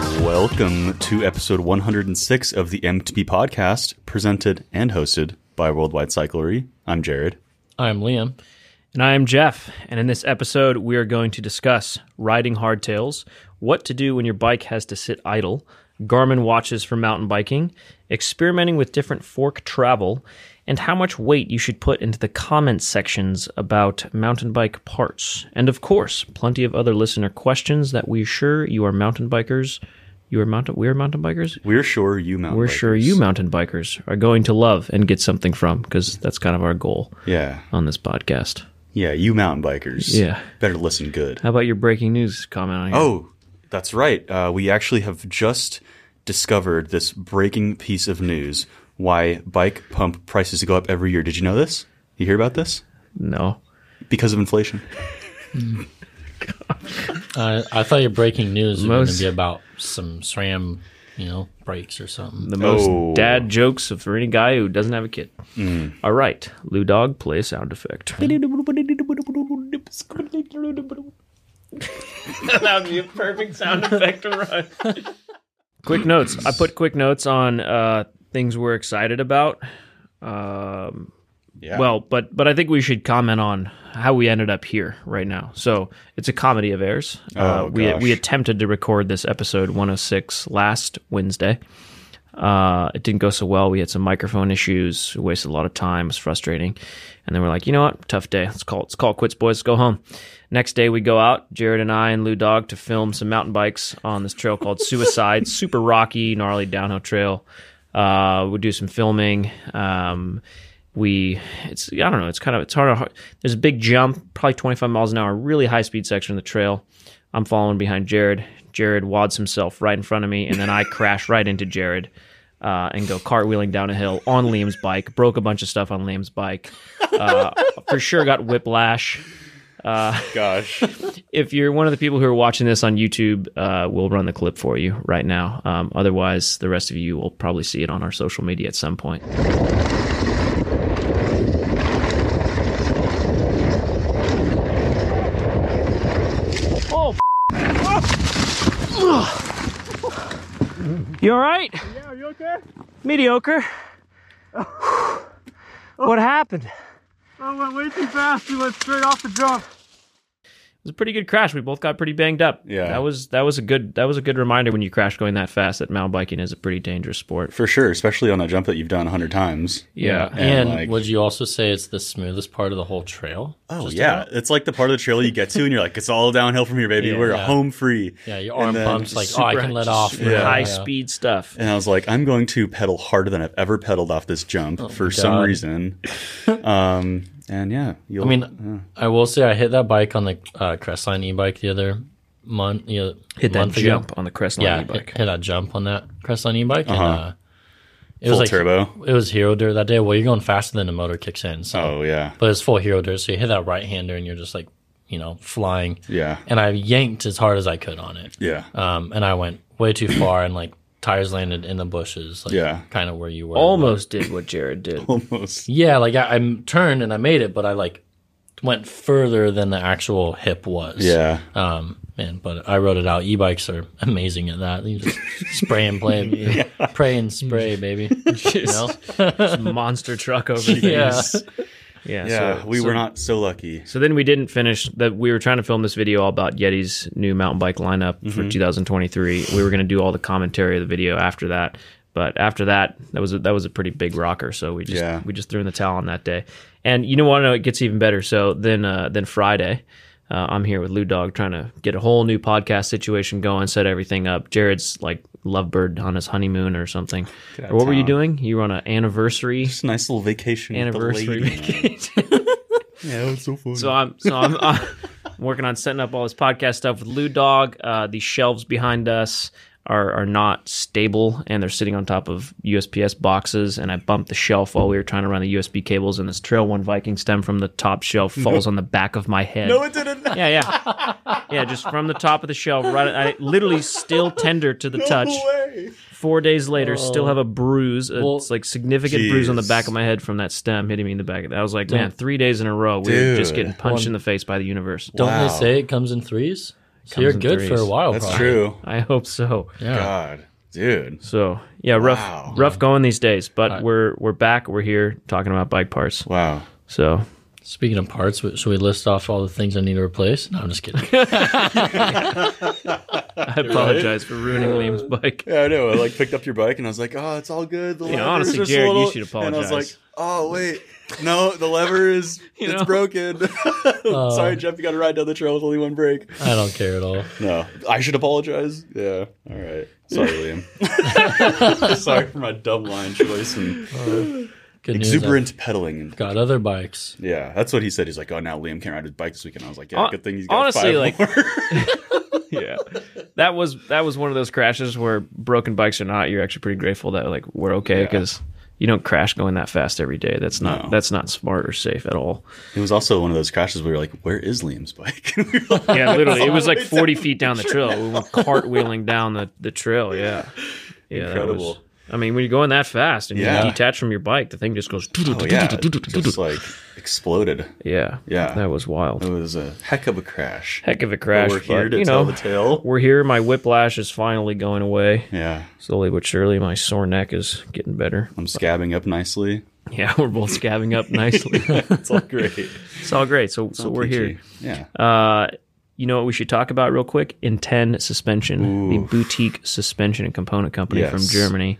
Welcome to episode 106 of the MTP podcast, presented and hosted by Worldwide Cyclery. I'm Jared. I'm Liam. And I am Jeff, and in this episode, we are going to discuss riding hardtails, what to do when your bike has to sit idle, Garmin watches for mountain biking, experimenting with different fork travel, and how much weight you should put into the comments sections about mountain bike parts. And of course, plenty of other listener questions that we're sure you are mountain bikers. You are mountain. We are mountain bikers. We're sure you mountain. We're bikers. sure you mountain bikers are going to love and get something from because that's kind of our goal Yeah, on this podcast. yeah, you mountain bikers. Yeah. better listen good. How about your breaking news comment on here? Oh, that's right. Uh, we actually have just discovered this breaking piece of news: why bike pump prices go up every year. Did you know this? You hear about this? no. Because of inflation. Uh, I thought your breaking news was going Most- to be about some SRAM, you know, breaks or something. The most Oh. Mm. dad jokes of- for any guy who doesn't have a kid. All right. Lou Dog, play a sound effect. that would be a perfect sound effect to run. quick notes. I put quick notes on uh, things we're excited about. Um, Yeah. Well, but but I think we should comment on how we ended up here right now. So it's a comedy of errors. Oh, uh, we gosh. we attempted to record this episode 106 last Wednesday. Uh, it didn't go so well. We had some microphone issues. We wasted a lot of time. It was frustrating. And then we're like, you know what? Tough day. Let's call. Let's call it quits, boys. Let's go home. Next day, we go out. Jared and I and Lou Dog to film some mountain bikes on this trail called Suicide. Super rocky, gnarly downhill trail. Uh, we do some filming. Um, we it's I don't know. It's kind of it's hard. to- There's a big jump, probably 25 miles an hour, really high speed section of the trail. I'm following behind Jared. Jared wads himself right in front of me, and then I crash right into Jared uh, and go cartwheeling down a hill on Liam's bike. Broke a bunch of stuff on Liam's bike. Uh, for sure, got whiplash. Uh, Gosh. If you're one of the people who are watching this on YouTube, uh, we'll run the clip for you right now. Um, otherwise, the rest of you will probably see it on our social media at some point. You all right? Yeah, you okay? Mediocre. What happened? It I went way too fast. You went straight off the jump. was a pretty good crash. We both got pretty banged up. Yeah. That was that was a good that was a good reminder when you crash going that fast that mountain biking is a pretty dangerous sport. For sure, especially on a jump that you've done a hundred times. Yeah. And, like- would you also say it's the smoothest part of the whole trail? Oh Just yeah, about? it's like the part of the trailer you get to, and you're like, it's all downhill from here, baby. Yeah, We're yeah. home free. Yeah, your And arm then pumps like, just oh, I super- can let just off. uh, super now." high Yeah. speed stuff. And I was like, I'm going to pedal harder than I've ever pedaled off this jump for some Oh God. reason. um, and yeah, you'll, I mean, I will say I hit that bike on the uh, Crestline e-bike the other month. You know, Hit that month ago. jump on the Crestline Yeah, e-bike. hit, hit that jump on that Crestline e-bike. And, uh, it full was like turbo. It was hero dirt that day. Well, you're going faster than the motor kicks in. So. Oh yeah, but it's full hero dirt. So you hit that right hander and you're just like, you know, flying. yeah, And I yanked as hard as I could on it. yeah. Um, and I went way too far and like tires landed in the bushes. Like, Yeah. Kind of where you were. Almost did what Jared did. Almost. Yeah. Like I, I turned and I made it, but I like went further than the actual hip was. Yeah, Um, man, but I rode it out. E-bikes are amazing at that. You just spray and play, pray and spray, baby. you know? monster truck over things. Yeah. Yeah. yeah. So, we were not so lucky. so then we didn't finish that. We were trying to film this video all about Yeti's new mountain bike lineup Mm-hmm. for 2023. We were going to do all the commentary of the video after that, but after that, that was a, that was a pretty big rocker. So we just Yeah. we just threw in the towel on that day. And you know what? I know it gets even better. So then uh, then Friday. Uh, I'm here with Lou Dog trying to get a whole new podcast situation going, set everything up. Jared's like lovebird on his honeymoon or something. Or what were you town. doing? You were on an anniversary Just a nice little vacation. with the anniversary lady, man. vacation. Yeah, it was so fun. so I'm so I'm, I'm working on setting up all this podcast stuff with Lou Dog. Uh, the shelves behind us are are not stable, and they're sitting on top of USPS boxes. And I bumped the shelf while we were trying to run the USB cables, and this Trail One Viking stem from the top shelf falls on the back of my head. no, it didn't. yeah, yeah, yeah. Just from the top of the shelf, right? I literally still tender to the touch. way. Four days later, still have a bruise. A, Well- it's like significant bruise on the Oh. Jeez. back of my head from that stem hitting me in the back. Of the, I was like, man, three days in a row, we were just Dude. getting punched in the face by the universe. Don't Wow. they say it comes in threes? So you're in good for threes. a while. That's probably. true. I hope so. Yeah. God, dude. So yeah, rough, Wow. rough going these days. But Alright. we're we're back. We're here talking about bike parts. Wow. So Speaking of parts, w- should we list off all the things I need to replace? No, I'm just kidding. I apologize for ruining Liam's bike. Yeah, I know. I like picked up your bike and I was like, oh, it's all good. The Yeah, lever honestly, is just a Jared, you little-" should And I was like, apologize. oh wait, no, the lever is You it's know? broken. Sorry, Jeff, you got to ride down the trail with only one brake. I don't care at all. No, I should apologize. Yeah. All right. Sorry, Liam. Sorry for my dumb line choice and Good news. exuberant pedaling. I've got other bikes. Yeah, that's what he said. He's like, oh, now Liam can't ride his bike this weekend. I was like, yeah, Hon- good thing he's got honestly, five like- more. yeah, that was that was one of those crashes where broken bikes or not, you're actually pretty grateful that like we're okay Yeah. because you don't crash going that fast every day. That's not No. that's not smart or safe at all. it was also one of those crashes where we were like, where is Liam's bike? And we were like, Yeah, literally, it was all the like way 40 feet down the trail. We were cartwheeling down the the trail. Yeah, yeah, that Incredible. was- I mean, when you're going that fast and Yeah. you detach from your bike, the thing just goes. oh yeah, it just like exploded. Yeah, Yeah. that was It wild. was a heck of a crash. Heck of a crash. we're here but, to you tell know, the tale. we're here. My whiplash is finally going away. Yeah, Slowly but surely, my sore neck is getting better. I'm scabbing up nicely. Yeah, we're both scabbing up nicely. it's all great. it's all great. So, so we're here. Yeah. Uh, you know what we should talk about real quick? Inten Suspension, the Ooh. boutique suspension and component company from Yes. Germany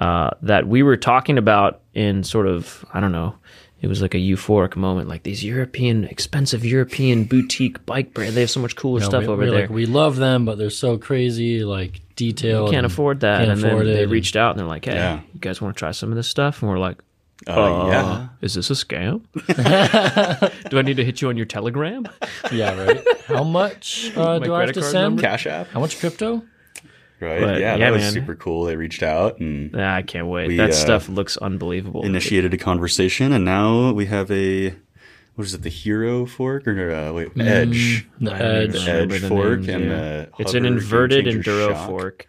uh, that we were talking about in sort of I don't know. It was like a euphoric moment, like these European, expensive European boutique bike brand. They have so much cooler No, stuff we, over we're there. Like, we love them, but they're so crazy, like detailed. and can't afford that. can't and then afford it they and- reached out and they're like, hey, Yeah. you guys want to try some of this stuff? And we're like, Uh, uh, yeah. is this a scam? Do I need to hit you on your Telegram? Yeah, right. How much uh, My do I have credit to card send? number? Cash app. How much crypto? Right. But, yeah, yeah, that was man. super cool. They reached out and Nah, I can't wait. We, that uh, stuff looks unbelievable. initiated a conversation, and now we have a what is it? The hero fork or uh, wait, edge. The Mm, I don't even edge. remember edge the fork names, and yeah. the it's an hover inverted game changer enduro shock. fork.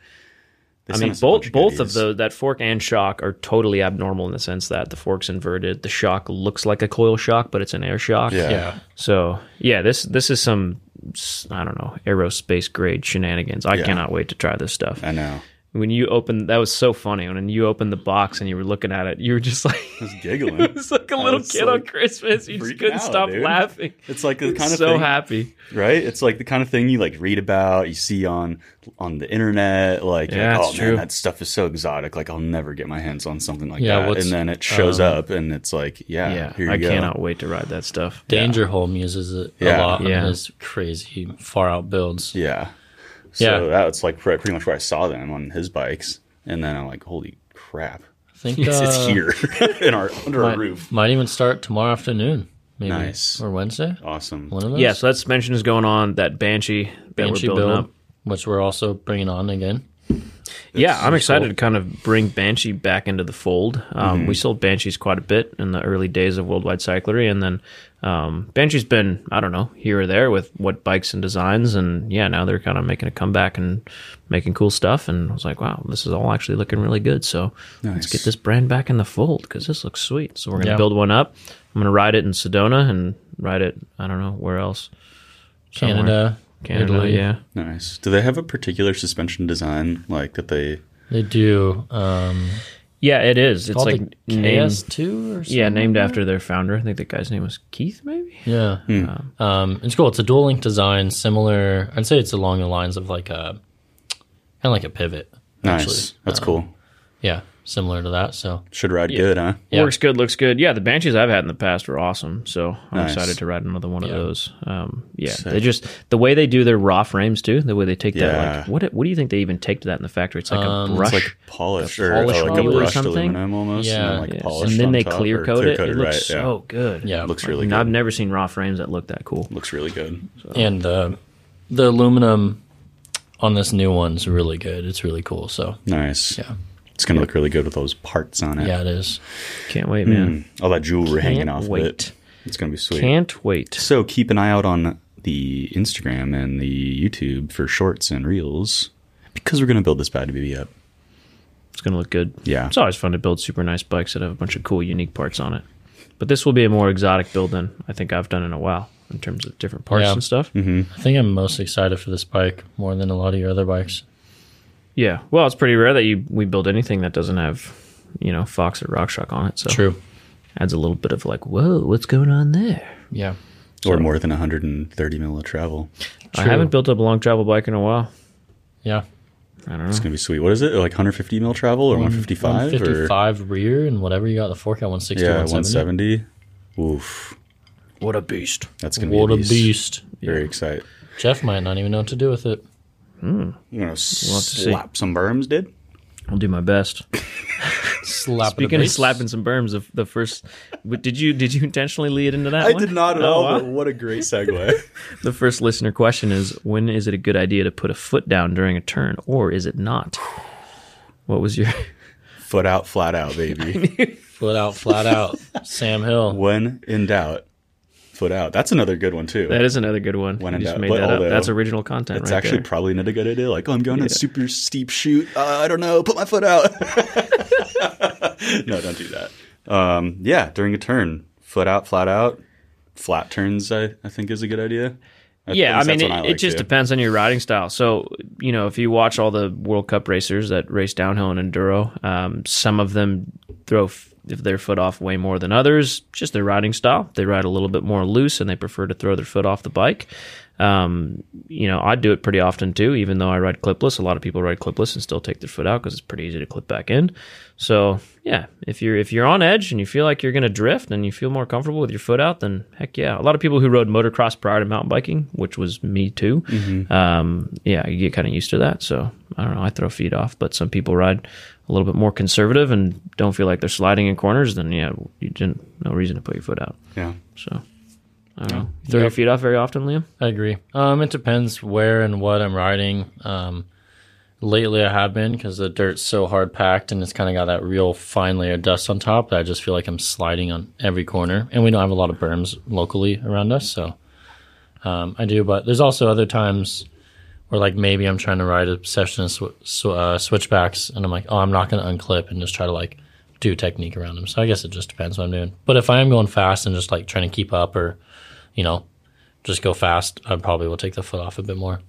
They I sent mean, us a bunch both both goodies. of those that fork and shock are totally abnormal in the sense that the fork's inverted. The shock looks like a coil shock, but it's an air shock. Yeah. Yeah. So yeah, this this is some s- I don't know aerospace grade shenanigans. I Yeah. cannot wait to try this stuff. I know. When you open, that was so funny. When you opened the box and you were looking at it, you were just like, I was giggling. it's like a little was, kid on like, Christmas. You just freaking couldn't out, stop dude. laughing. It's like the kind of so thing, happy. right? It's like the kind of thing you like read about, you see on on the internet. Like, Yeah, like, it's oh true. man, that stuff is so exotic. Like, I'll never get my hands on something like Yeah, that. what's- And then it shows up, and it's like, yeah, Yeah, here you I go. cannot wait to ride that stuff. Danger Home uses it Yeah. a lot. Yeah. Yeah. His crazy far out builds. Yeah. Yeah. So that's like pre- pretty much where I saw them on his bikes, and then I'm like, holy crap, I think it's, it's uh, here in our under our Might, roof. might even start tomorrow afternoon. Maybe. Nice. Or Wednesday. Awesome. One of those. Yeah, so that suspension is going on. That Banshee that Banshee we're building build, up. which we're also bringing on again. Yeah, I'm excited to kind of bring Banshee back into the fold. Um, We sold Banshees quite a bit in the early days of Worldwide Cyclery, and then um, Banshee's been I don't know here or there with what bikes and designs, and yeah, now they're kind of making a comeback and making cool stuff. And I was like, wow, this is all actually looking really good. So let's Nice. get this brand back in the fold because this looks sweet. So we're gonna Yeah. build one up. I'm gonna ride it in Sedona and ride it I don't know where else. Somewhere. Canada, Canada, Italy. yeah. Nice. Do they have a particular suspension design like that they? They do. Um, Yeah, it is. It's called like the named, KS2 or something. yeah, named after their founder. I think the guy's name was Keith, maybe. Yeah. Um, it's cool. It's a dual link design, similar. I'd say it's along the lines of like a kind of like a pivot. Nice. Actually. That's cool. Yeah, similar to that. So Should ride good, huh? Yeah. Works good, looks good. Yeah, the Banshees I've had in the past were awesome, so I'm Nice. excited to ride another one of Yeah. those. Um, yeah, Sick. they just the way they do their raw frames too. The way they take that, Yeah. like, what what do you think they even take to that in the factory? It's like Um, a it's brush. It's like polished or, polish or like on it a or brushed something? aluminum almost, and Yeah. then like Yes, polished. and then on they top, clear or coat it. It coated, looks right, yeah. so good. yeah, Looks really I've good. never seen raw frames that look that cool. Looks really good. and the the aluminum on this new one's really good. It's really cool. So Nice. yeah, It's gonna look really good with those parts on it. yeah, it is. Can't wait, man. Mm. All that jewelry hanging Can't off of wait. it. It's gonna be sweet. Can't wait. So keep an eye out on the Instagram and the YouTube for shorts and reels because we're gonna build this bad baby up. It's going to look good. Yeah. It's always fun to build super nice bikes that have a bunch of cool, unique parts on it. But this will be a more exotic build than I think I've done in a while. in terms of different parts Yeah. and stuff. I think I'm most excited for this bike more than a lot of your other bikes. Yeah. Well, it's pretty rare that you we build anything that doesn't have, you know, Fox or RockShox on it. So True. adds a little bit of like, whoa, what's going on there? Yeah. or more than 130 mil of travel. I True. haven't built up a long travel bike in a while. Yeah. I don't know. It's gonna be sweet. What is it? Like 150 mil travel or 155? 155 rear and whatever you got the fork at Or, 160, yeah, 170. 170. Oof, What a beast. that's gonna What be a a beast. beast. Very excited. Jeff might not even know what to do with it. You know, see. slap some berms, did? I'll do my best. Slap Speaking of slapping some berms, the, the first what- did you did you intentionally lead into that? I one? did not at Oh, all. wow. But what a great segue. The first listener question is: When is it a good idea to put a foot down during a turn, or is it not? What was your? Foot out, flat out, baby. foot out, flat out. Sam Hill. when in doubt, foot out. That's another good one too. That is another good one. When You in just doubt. made But that up. although- That's original content. It's right actually there. probably not a good idea. Like, oh, I'm going on a super steep shoot. Uh, I don't know. Put my foot out. no, don't do that. Um, yeah, during a turn, foot out, flat out, flat turns. I, I think is a good idea. At yeah, I least mean, that's it, what it like just to. depends on your riding style. So, you know, if you watch all the World Cup racers that race downhill and enduro, um, some of them throw f- their foot off way more than others. Just their riding style. They ride a little bit more loose, and they prefer to throw their foot off the bike. Um, you know, I do it pretty often too. Even though I ride clipless, a lot of people ride clipless and still take their foot out because it's pretty easy to clip back in. So, yeah, if you're if you're on edge and you feel like you're going to drift and you feel more comfortable with your foot out, then heck yeah. A lot of people who rode motocross prior to mountain biking, which was me too, um, yeah, you get kind of used to that. So I don't know. I throw feet off, but some people ride a little bit more conservative and don't feel like they're sliding in corners. Then yeah, you didn't no reason to put your foot out. Yeah. So I don't know. You throw your feet off very often, Liam. I agree. Um, it depends where and what I'm riding. Um, lately I have been because the dirt's so hard packed and it's kind of got that real fine layer of dust on top that I just feel like I'm sliding on every corner. And we don't have a lot of berms locally around us, so um, I do. But there's also other times where like maybe I'm trying to ride a session of sw- sw- uh, switchbacks and I'm like, oh, I'm not going to unclip and just try to like do technique around them. So I guess it just depends what I'm doing. But if I am going fast and just like trying to keep up or, you know, just go fast, I probably will take the foot off a bit more.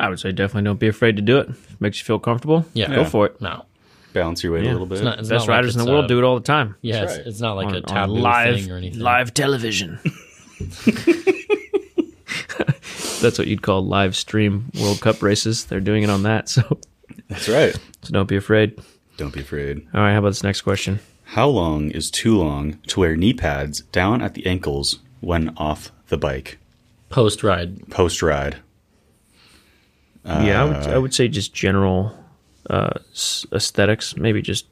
I would say definitely don't be afraid to do it. If it makes you feel comfortable. Yeah. go for it. No, Balance your weight a little bit. it's not. It's Best not like riders in it's the world a- do it all the time. Yeah, That's it's, right. it's not like on, a on taboo live thing or anything. live television. That's what you'd call live stream World Cup races. They're doing it on that, so, That's right. so don't be afraid. Don't be afraid. All right, how about this next question? How long is too long to wear knee pads down at the ankles when off the bike Post ride, post ride? Uh, yeah, I would, I would say just general uh, s- aesthetics. Maybe just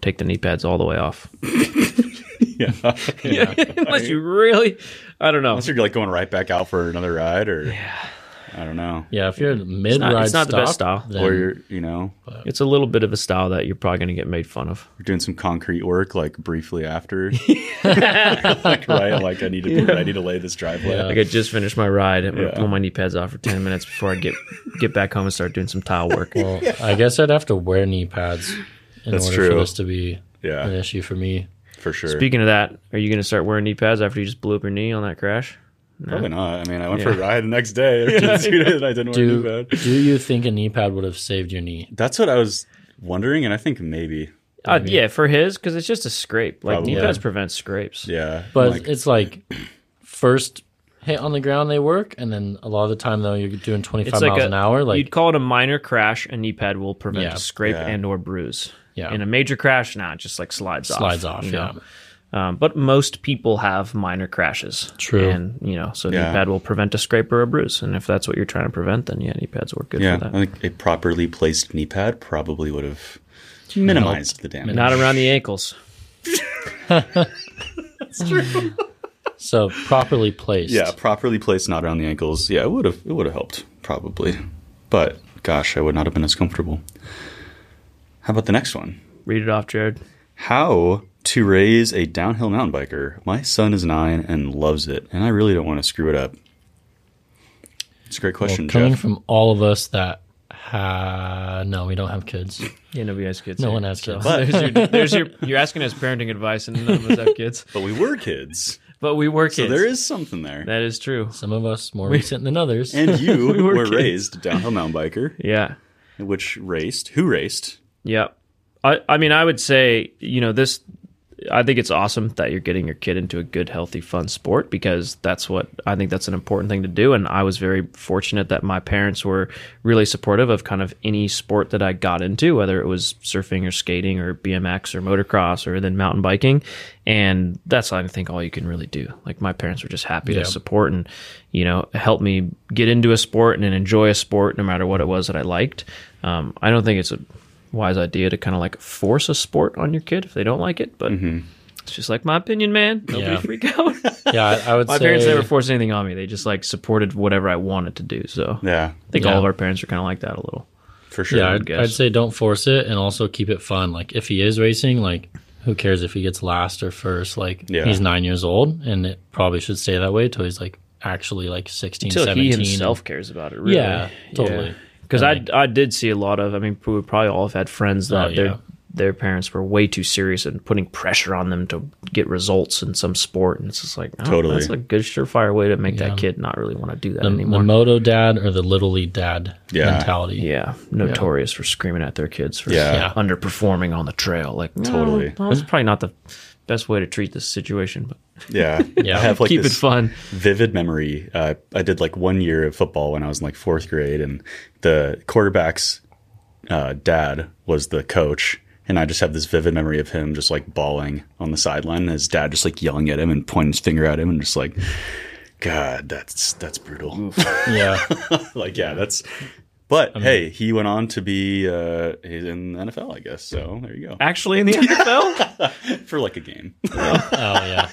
take the knee pads all the way off, Yeah. unless you really, I don't know. Unless you're like going right back out for another ride, or I don't know, yeah. If you're mid ride, it's not the best style. Then, or you're you know It's a little bit of a style that you're probably going to get made fun of. you're doing some concrete work like briefly after like right like i need to be ready to lay this driveway Yeah. yeah, Like I just finished my ride. I'm gonna Yeah. pull my knee pads off for ten minutes before I get get back home and start doing some tile work. well, I guess I'd have to wear knee pads in That's order for true. this to be an issue for me. for sure Speaking of that, are you going to start wearing knee pads after you just blew up your knee on that crash? probably not i mean i went Yeah. for a ride the next day or two days, and i didn't Do wear a knee pad. Do you think a knee pad would have saved your knee? that's what i was wondering and i think maybe Uh, yeah, for his because it's just a scrape. Like knee Probably. pads prevent scrapes. yeah But like, it's like first hit on the ground they work, and then a lot of the time though you're doing 25 It's like miles a- an hour. Like You'd call it a minor crash. A knee pad will prevent Yeah. a scrape Yeah. and or bruise. Yeah. In a major crash, nah, it just like slides off. slides off. you Yeah. know? Um, but most people have minor crashes. True. And you know, so Yeah. knee pad will prevent a scrape or a bruise. And if that's what you're trying to prevent, then yeah, knee pads work good yeah for that. i think a properly placed knee pad probably would have minimized the damage Not around the ankles. So properly placed. yeah properly placed not around the ankles yeah it would have it would have helped probably but gosh i would not have been as comfortable how about the next one Read it off, Jared. How to raise a downhill mountain biker. My son is nine and loves it, and I really don't want to screw it up. It's a great question, coming Jeff. from all of us that ha- no, we don't have kids. Yeah, nobody has kids. No here, one has so- kids. there's your, there's your. You're asking us parenting advice, and none of us have kids. but we were kids. but we were So kids. there is something there. that is true. Some of us more recent than others. and you We were were, kids. raised downhill mountain biker, Yeah. which raced. Who raced? Yeah. I, I mean, I would say, you know, this, I think it's awesome that you're getting your kid into a good, healthy, fun sport because that's what I think that's an important thing to do. And I was very fortunate that my parents were really supportive of kind of any sport that I got into, whether it was surfing or skating or BMX or motocross or then mountain biking. And that's, I think, all you can really do. Like, my parents were just happy Yeah. to support and, you know, help me get into a sport and enjoy a sport no matter what it was that I liked. Um, I don't think it's a, wise idea to kind of like force a sport on your kid if they don't like it. But it's just like my opinion, man. Nobody Yeah. freak out. yeah, I, I would my say parents never forced anything on me. They just like supported whatever I wanted to do. So I Yeah, think Yeah. all of our parents are kind of like that a little. for sure. yeah, I I'd, guess. I'd say don't force it, and also keep it fun. Like if he is racing, like who cares if he gets last or first? Like Yeah. he's nine years old, and it probably should stay that way till he's like actually like 16, Until 17. he himself cares about it, really. Yeah, totally. Because I, I did see a lot of, I mean, we probably all have had friends Oh, that yeah. their, their parents were way too serious and putting pressure on them to get results in some sport. And it's just like, oh, Totally. that's a good surefire way to make Yeah. that kid not really want to do that the, the anymore. moto dad or the little league dad Yeah. mentality. yeah, notorious for screaming at their kids for Yeah. Yeah. underperforming on the trail. Like no, Totally. no, that's probably not the best way to treat this situation, but Yeah, Yeah. I have like keep it this fun. vivid memory. Uh, I did like one year of football when I was in like fourth grade, and the quarterback's uh, dad was the coach. And I just have this vivid memory of him just like bawling on the sideline, and his dad just like yelling at him and pointing his finger at him, and just like, God, that's that's brutal. Yeah. Oh, like, yeah, that's. But hey, he went on to be uh, he's in the NFL, I guess. So there you go. Actually, in the NFL, For like a game, oh yeah.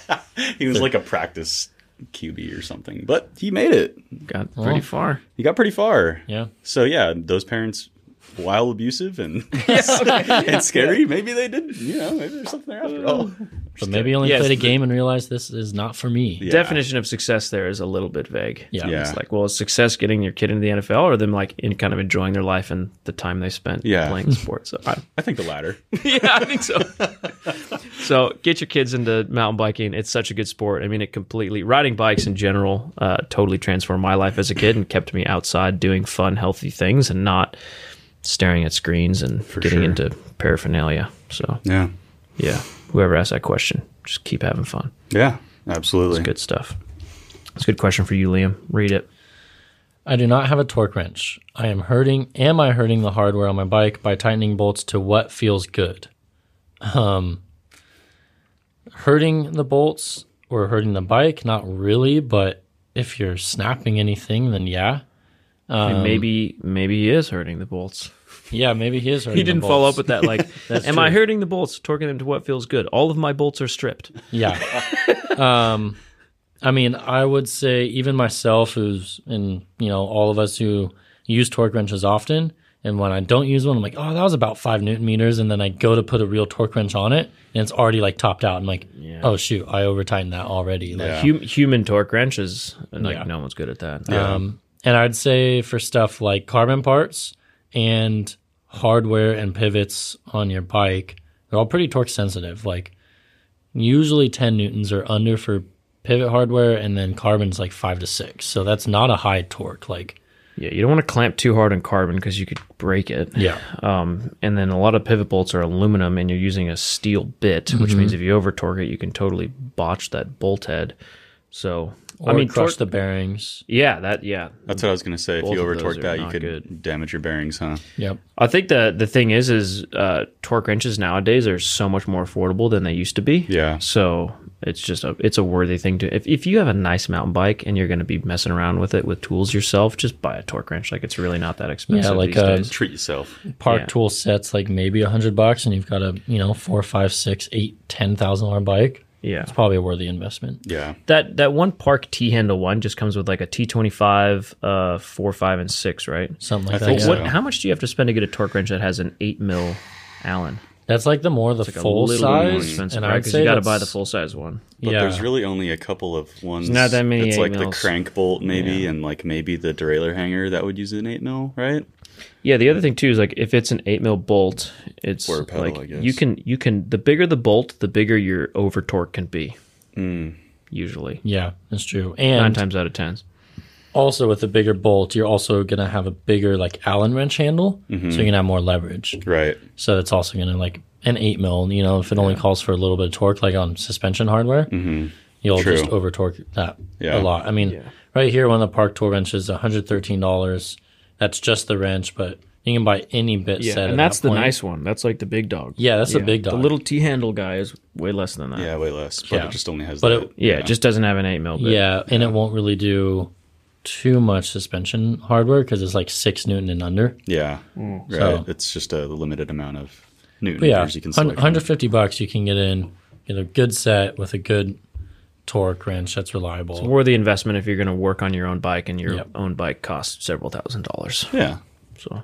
he was like a practice QB or something, but he made it. got pretty Well. far. He got pretty far. Yeah. So yeah, those parents, while abusive and and scary, maybe they did. You know, maybe there's something there after all. But maybe only Yes, played a the- game and realized this is not for me. Yeah. Definition of success there is a little bit vague. Yeah. Yeah. It's like, well, is success getting your kid into the NFL or them like in kind of enjoying their life and the time they spent Yeah. playing sports? So I, I think the latter. yeah, I think so. so get your kids into mountain biking. It's such a good sport. I mean, it completely riding bikes in general uh, totally transformed my life as a kid and kept me outside doing fun, healthy things and not staring at screens and getting sure. into paraphernalia. So Yeah. yeah, whoever asked that question, just keep having fun. Yeah. Absolutely. Good stuff. It's a good question for you, Liam. Read it. I do not have a torque wrench. I am hurting. Am I hurting the hardware on my bike by tightening bolts to what feels good? Um, hurting the bolts or hurting the bike? Not really, but if you're snapping anything, then yeah, And maybe maybe he is hurting the bolts. yeah, maybe he is hurting. He didn't the follow up bolts. with that like am I true. hurting the bolts, torquing them to what feels good? All of my bolts are stripped. Yeah. um, I mean, I would say even myself, who's and you know all of us who use torque wrenches often, and when I don't use one, I'm like, oh, that was about five newton meters, and then I go to put a real torque wrench on it, and it's already like topped out. I'm like, oh shoot, I over tightened that already. Like, Yeah. Hum- human torque wrenches, like Yeah. no one's good at that. um, and I'd say for stuff like carbon parts and hardware and pivots on your bike, they're all pretty torque sensitive. Like usually 10 newtons are under for pivot hardware, and then carbon's like five to six. So that's not a high torque. Like yeah, you don't want to clamp too hard on carbon because you could break it. yeah, Um, and then a lot of pivot bolts are aluminum, and you're using a steel bit, which Mm-hmm. means if you over torque it, you can totally botch that bolt head. So or I mean, crush torque- the bearings. yeah, that yeah. That's what I was gonna say. If Both you of over those torque are that, you not could good. damage your bearings, huh? Yep. I think the the thing is is uh, torque wrenches nowadays are so much more affordable than they used to be. Yeah. So it's just a it's a worthy thing to if if you have a nice mountain bike and you're going to be messing around with it with tools yourself, just buy a torque wrench. Like it's really not that Yeah, expensive. like uh, these a days. Treat yourself. park Yeah. tool sets like maybe a hundred bucks, and you've got a you know four, five, six, eight, ten thousand dollar bike. yeah. It's probably a worthy investment. Yeah. That that one Park T handle one just comes with like a T twenty five, uh, four, five, and six, right? Something I like that. think yeah. so. What? How much do you have to spend to get a torque wrench that has an eight mil Allen? That's like the more the Like a full little bit more size, expensive, and right? I'd 'Cause say you got to that's- buy the full size one. But yeah, there's really only a couple of ones. not that many It's eight like the mils. crank bolt, maybe, and like maybe the derailleur hanger that would use an eight mil, right? Yeah, the other thing too is like if it's an eight mil bolt, it's Or a pedal, like I guess. Hmm. you can you can the bigger the bolt, the bigger your over torque can be. usually Yeah, that's true. nine And times out of ten. also with a bigger bolt, you're also gonna have a bigger like Allen wrench handle, so you're gonna have more leverage. Right. So it's also gonna like an eight mil. You know, if it only calls for a little bit of torque, like on suspension hardware, you'll True. just over torque that Yeah. a lot. I mean, right here, one of the Park Tour wrenches, one hundred thirteen dollars. That's just the wrench, but you can buy any bit Yeah, set. at and that's that the point. nice one. That's like the big dog. Yeah, that's the big The dog. little T handle guy is way less than that. Yeah, way less. But Yeah. it just only has But that. it- Yeah, it just doesn't have an eight mil. Bit. Yeah, and it won't really do too much suspension hardware because it's like six newton and under. yeah. Right. So- It's just a limited amount of newton But yeah, meters you can hun- select. from. 150 bucks you can get in, get a good set with a good torque wrench that's reliable. Or the investment if you're going to work on your own bike and your Yep. own bike costs several thousand dollars. Yeah. So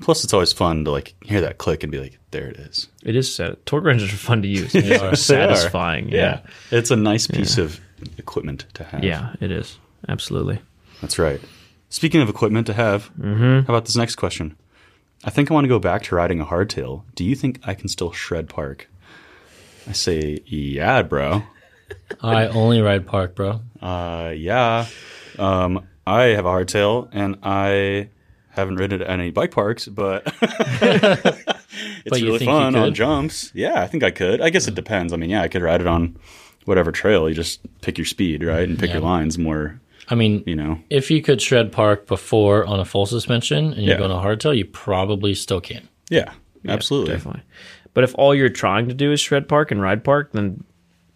Plus, it's always fun to like hear that click and be like, "There it is." it is set. Torque wrenches are fun to use. It's are. so satisfying. Yeah. It's a nice piece of equipment to have. yeah. it is. Absolutely. That's right. Speaking of equipment to have, Mm-hmm. how about this next question? I think I want to go back to riding a hardtail. Do you think I can still shred park? I say, yeah, bro. I only ride park, bro. Uh, yeah. Um, I have a hardtail and I haven't ridden it at any bike parks, but it's But you really think you fun on could? jumps. Yeah, I think I could. I guess it depends. I mean, yeah, I could ride it on whatever trail. You just pick your speed, right? And pick your Yeah. lines more, I mean, you know. if you could shred park before on a full suspension and Yeah. you're going to hardtail, you probably still can. Yeah, absolutely. Definitely. But if all you're trying to do is shred park and ride park, then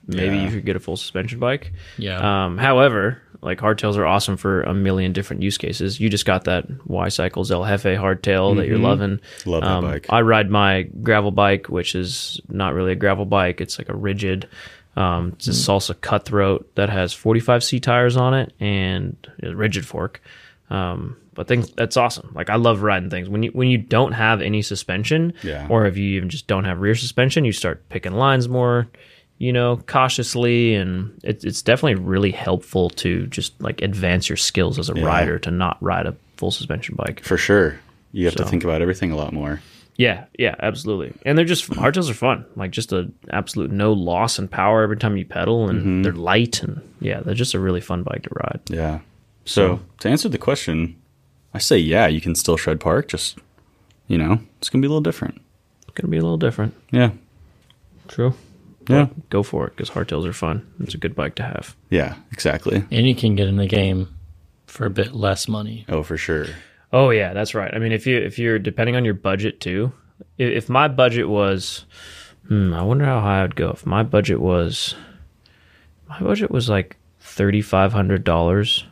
maybe Yeah. you should get a full suspension bike. Uh, Yeah. Um, however, like hardtails are awesome for a million different use cases. You just got that Y Cycles El Jefe hardtail that you're loving. Mm-hmm. Um, Love that bike. I ride my gravel bike, which is not really a gravel bike. It's like a rigid, um, it's a Mm. salsa cutthroat that has 45C tires on it and a rigid fork. Um, but things that's awesome. Like I love riding things when you when you don't have any suspension, Yeah. or if you even just don't have rear suspension, you start picking lines more, you know, cautiously, and it, it's definitely really helpful to just like advance your skills as a rider to not ride a full suspension bike. For sure. You have to So- think about everything a lot more. Yeah, yeah, absolutely. And they're just hardtails are fun. Like just a absolute no loss in power every time you pedal, and they're light, and yeah, they're just a really fun bike to ride. Yeah. So, to answer the question, I say, yeah, you can still shred park. Just, you know, it's going to be a little different. It's gonna be a little different. Yeah. True. Yeah. Go for it because hardtails are fun. It's a good bike to have. Yeah, exactly. and you can get in the game for a bit less money. Oh, for sure. Oh yeah, that's right. I mean, if you if you're depending on your budget too, i- if my budget was, hmm, I wonder how high I'd go. If my budget was, my budget was like thirty five hundred dollars,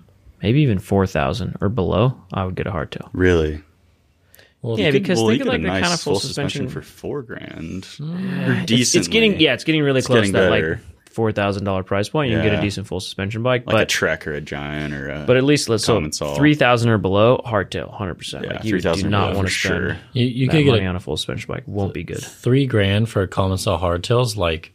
maybe even four thousand or below, I would get a hardtail. Really? Well, Yeah, you could- because Well, you think get of like a the nice kind of full, full suspension. suspension, for four grand. it's, it's getting decently. yeah, it's getting really close getting to that better. like four thousand dollar price point. You can get Yeah. a decent full suspension bike, Like a but Trek or a Giant or a. but at least let's Common so Sol. three thousand or below hardtail, hundred percent. yeah, Like you do 3000 not yeah, want for to spend sure. you, you that could get money a, on a full suspension bike. Won't be good. three grand for a common saw hardtails. Like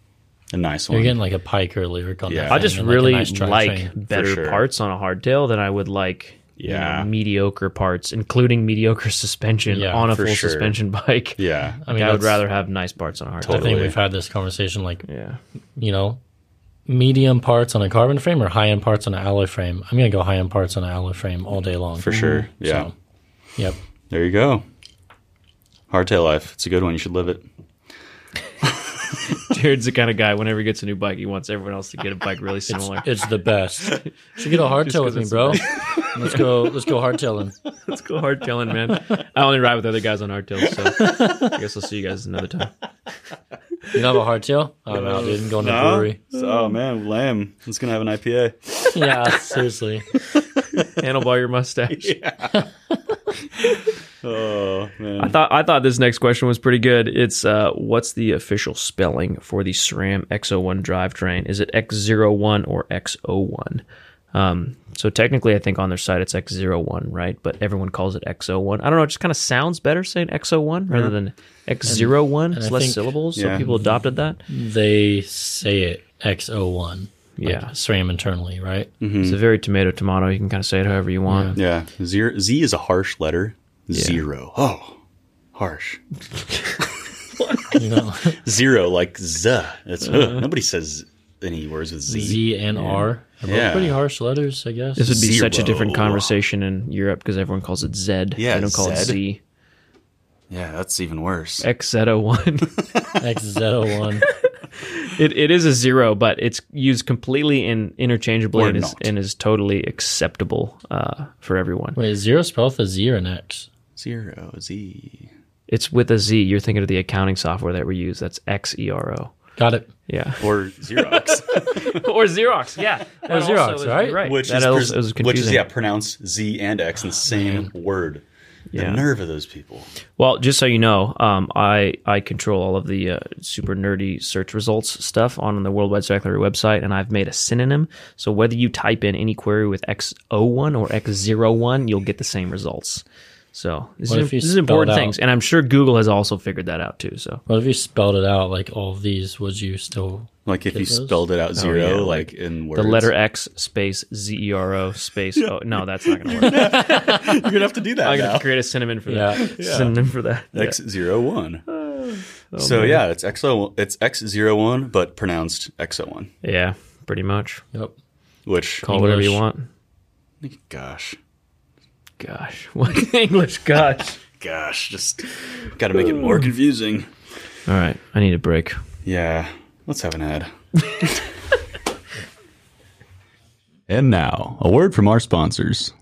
A nice you're one. getting like a Pike or a Lyric on Yeah. that. I I thing just and, like, a really nice like, drive train. better sure. parts on a hardtail than I would like you know, Yeah. mediocre parts, including mediocre suspension Yeah, on a for full sure. suspension bike. yeah. I I, mean, would that's- rather have nice parts on a hardtail. I Totally. think we've had this conversation like, Yeah. you know, medium parts on a carbon frame or high end parts on an alloy frame. I'm going to go high end parts on an alloy frame all day long. For sure. Mm-hmm. Yeah. So, yep. There you go. Hardtail life. It's a good one. You should live it. Jared's the kind of guy whenever he gets a new bike, he wants everyone else to get a bike really similar. It's the best. Should get a hardtail with me, bro. let's go. Let's go hardtailing. Let's go hardtailing, man. I only ride with other guys on hardtails, so I guess I'll see you guys another time. You don't have a hardtail? Oh no, dude. I'm going to brewery. Oh, man. Lamb. It's going to have an IPA. Yeah, seriously. Handlebar your mustache. Oh, man. I thought I thought this next question was pretty good. It's uh, what's the official spelling for the SRAM X01 drivetrain? Is it X01 or X01? Um, so technically, I think on their site it's X01, right? But everyone calls it X01. I don't know. It just kind of sounds better saying X01 rather than X01. it's I less think- syllables, so Yeah. people adopted that. They say it X01. Yeah. SRAM internally, right? Mm-hmm. It's a very tomato tomato. You can kind of say it however you want. Yeah, zero. Z is a harsh letter. Zero. Oh, harsh. You know? Uh-huh. Zero, like z. That's, ugh, nobody says any words with Z. Z and R. They're both Yeah. pretty harsh letters, I guess. This would be such a Zero. different conversation in Europe because everyone calls it Zed. Yeah, they don't call it Zed. Z. Yeah, that's even worse. XZ01. XZ01. it, it is a zero, but it's used completely and interchangeably Or and is, not. and is totally acceptable uh, for everyone. Wait, is zero spelled with a Z or an X? Zero Z. It's with a Z. You're thinking of the accounting software that we use. That's X E R O. Got it. Yeah. Or Xerox. or Xerox. Yeah. Or Xerox, right? which That is else- pres- it was which confusing. Oh, is yeah pronounced Z and X in the same word. The Yeah. nerve of those people. Well, just so you know, um, I I control all of the uh, super nerdy search results stuff on the World Wide Cycler website, and I've made a synonym. So whether you type in any query with X01 or X01, you'll get the same results. So this, What is, if you this is spell it important out? things, and I'm sure Google has also figured that out too. So What if you spelled it out like all of these? Would you still. Like if you those? spelled it out zero, Oh, yeah, like, in words, the letter X space Z E R O space. Oh no, that's not going to work. you're gonna have to do that I'm going now. to create a synonym for Yeah. that. Synonym for that. Oh, Yeah. X zero one. so yeah, it's XO it's X zero one, but pronounced XO one. yeah, pretty much. Yep. Which Call it whatever you English. want. gosh. Gosh, what English? Gosh. Gosh, just gotta make it more confusing. All right, I need a break. Yeah. Let's have an ad. and now, a word from our sponsors.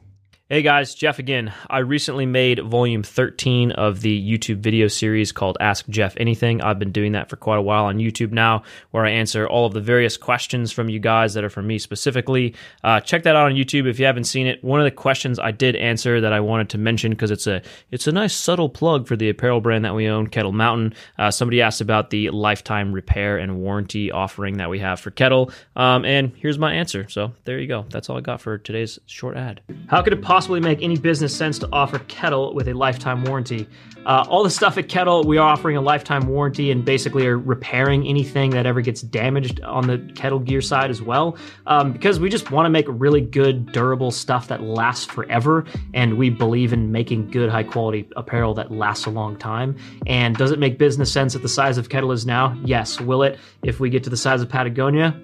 Hey guys, Jeff again. I recently made volume 13 of the YouTube video series called Ask Jeff Anything. I've been doing that for quite a while on YouTube now, where I answer all of the various questions from you guys that are from me specifically. Uh, check that out on YouTube if you haven't seen it. One of the questions I did answer that I wanted to mention because it's a it's a nice subtle plug for the apparel brand that we own, Kettle Mountain. Uh, somebody asked about the lifetime repair and warranty offering that we have for Kettle, um, and here's my answer. So there you go. That's all I got for today's short ad. How could it possibly make any business sense to offer Kettle with a lifetime warranty? Uh, all the stuff at Kettle, we are offering a lifetime warranty and basically are repairing anything that ever gets damaged on the Kettle gear side as well, um, because we just want to make really good, durable stuff that lasts forever. And we believe in making good, high quality apparel that lasts a long time. And does it make business sense at the size of Kettle is now? Yes. Will it if we get to the size of Patagonia?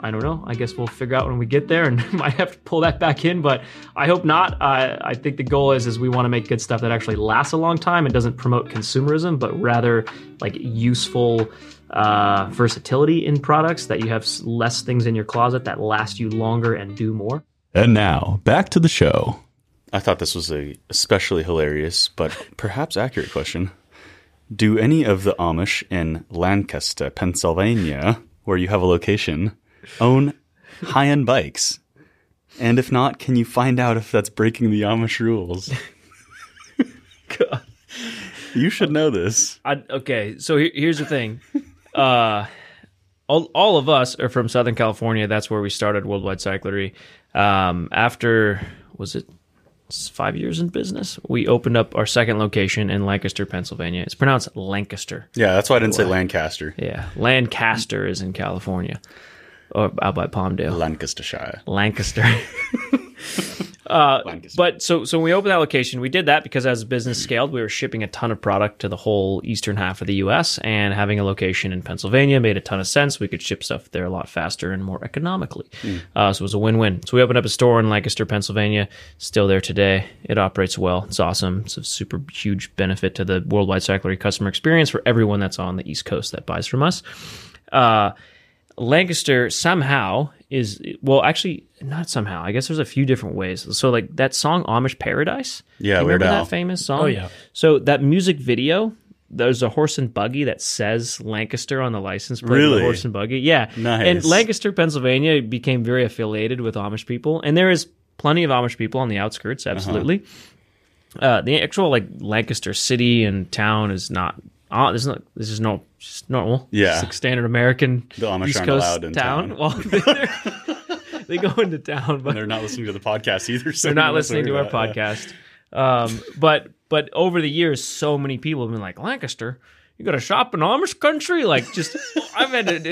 I don't know. I guess we'll figure out when we get there, and might have to pull that back in. But I hope not. I I think the goal is is we want to make good stuff that actually lasts a long time and doesn't promote consumerism, but rather like useful uh, versatility in products that you have s- less things in your closet that last you longer and do more. And now, back to the show. I thought this was a especially hilarious, but perhaps accurate question. Do any of the Amish in Lancaster, Pennsylvania, where you have a location, own high end bikes? And if not, can you find out if that's breaking the Amish rules? You should know this. I, okay, so here, here's the thing. Uh, all, all of us are from Southern California. That's where we started Worldwide Cyclery. Um, after, was it s- five years in business? We opened up our second location in Lancaster, Pennsylvania. It's pronounced Lancaster. Yeah, that's why I didn't say Lancaster. Yeah. Lancaster is in California or out by Palmdale. Lancastershire. Lancaster. Lancaster. But so so when we opened that location, we did that because as business scaled, we were shipping a ton of product to the whole eastern half of the U.S. and having a location in Pennsylvania made a ton of sense. We could ship stuff there a lot faster and more economically. Uh, so it was a win-win. So we opened up a store in Lancaster, Pennsylvania. Still there today. It operates well. It's awesome. It's a super huge benefit to the worldwide cyclery customer experience for everyone that's on the East Coast that buys from us. Uh, Lancaster somehow is well, actually, not somehow. I guess there's a few different ways. So like that song Amish Paradise. Yeah, you Weird remember Al. that famous song? Oh, yeah. So that music video. There's a horse and buggy that says Lancaster on the license plate. of the Really? horse and buggy. Yeah, Nice. And Lancaster, Pennsylvania, became very affiliated with Amish people, and there is plenty of Amish people on the outskirts. Uh-huh. Absolutely, uh, the actual like Lancaster city and town is not. Uh, this is not. This is not just normal. Yeah. It's like standard American The Amish East aren't Coast allowed in town. Well, they're- they go into town, but They're not listening to the podcast either. So they're not that's listening to our weird about- yeah. podcast. Um, but but over the years, so many people have been like Lancaster. you gotta shop in Amish country. Like, just I've had to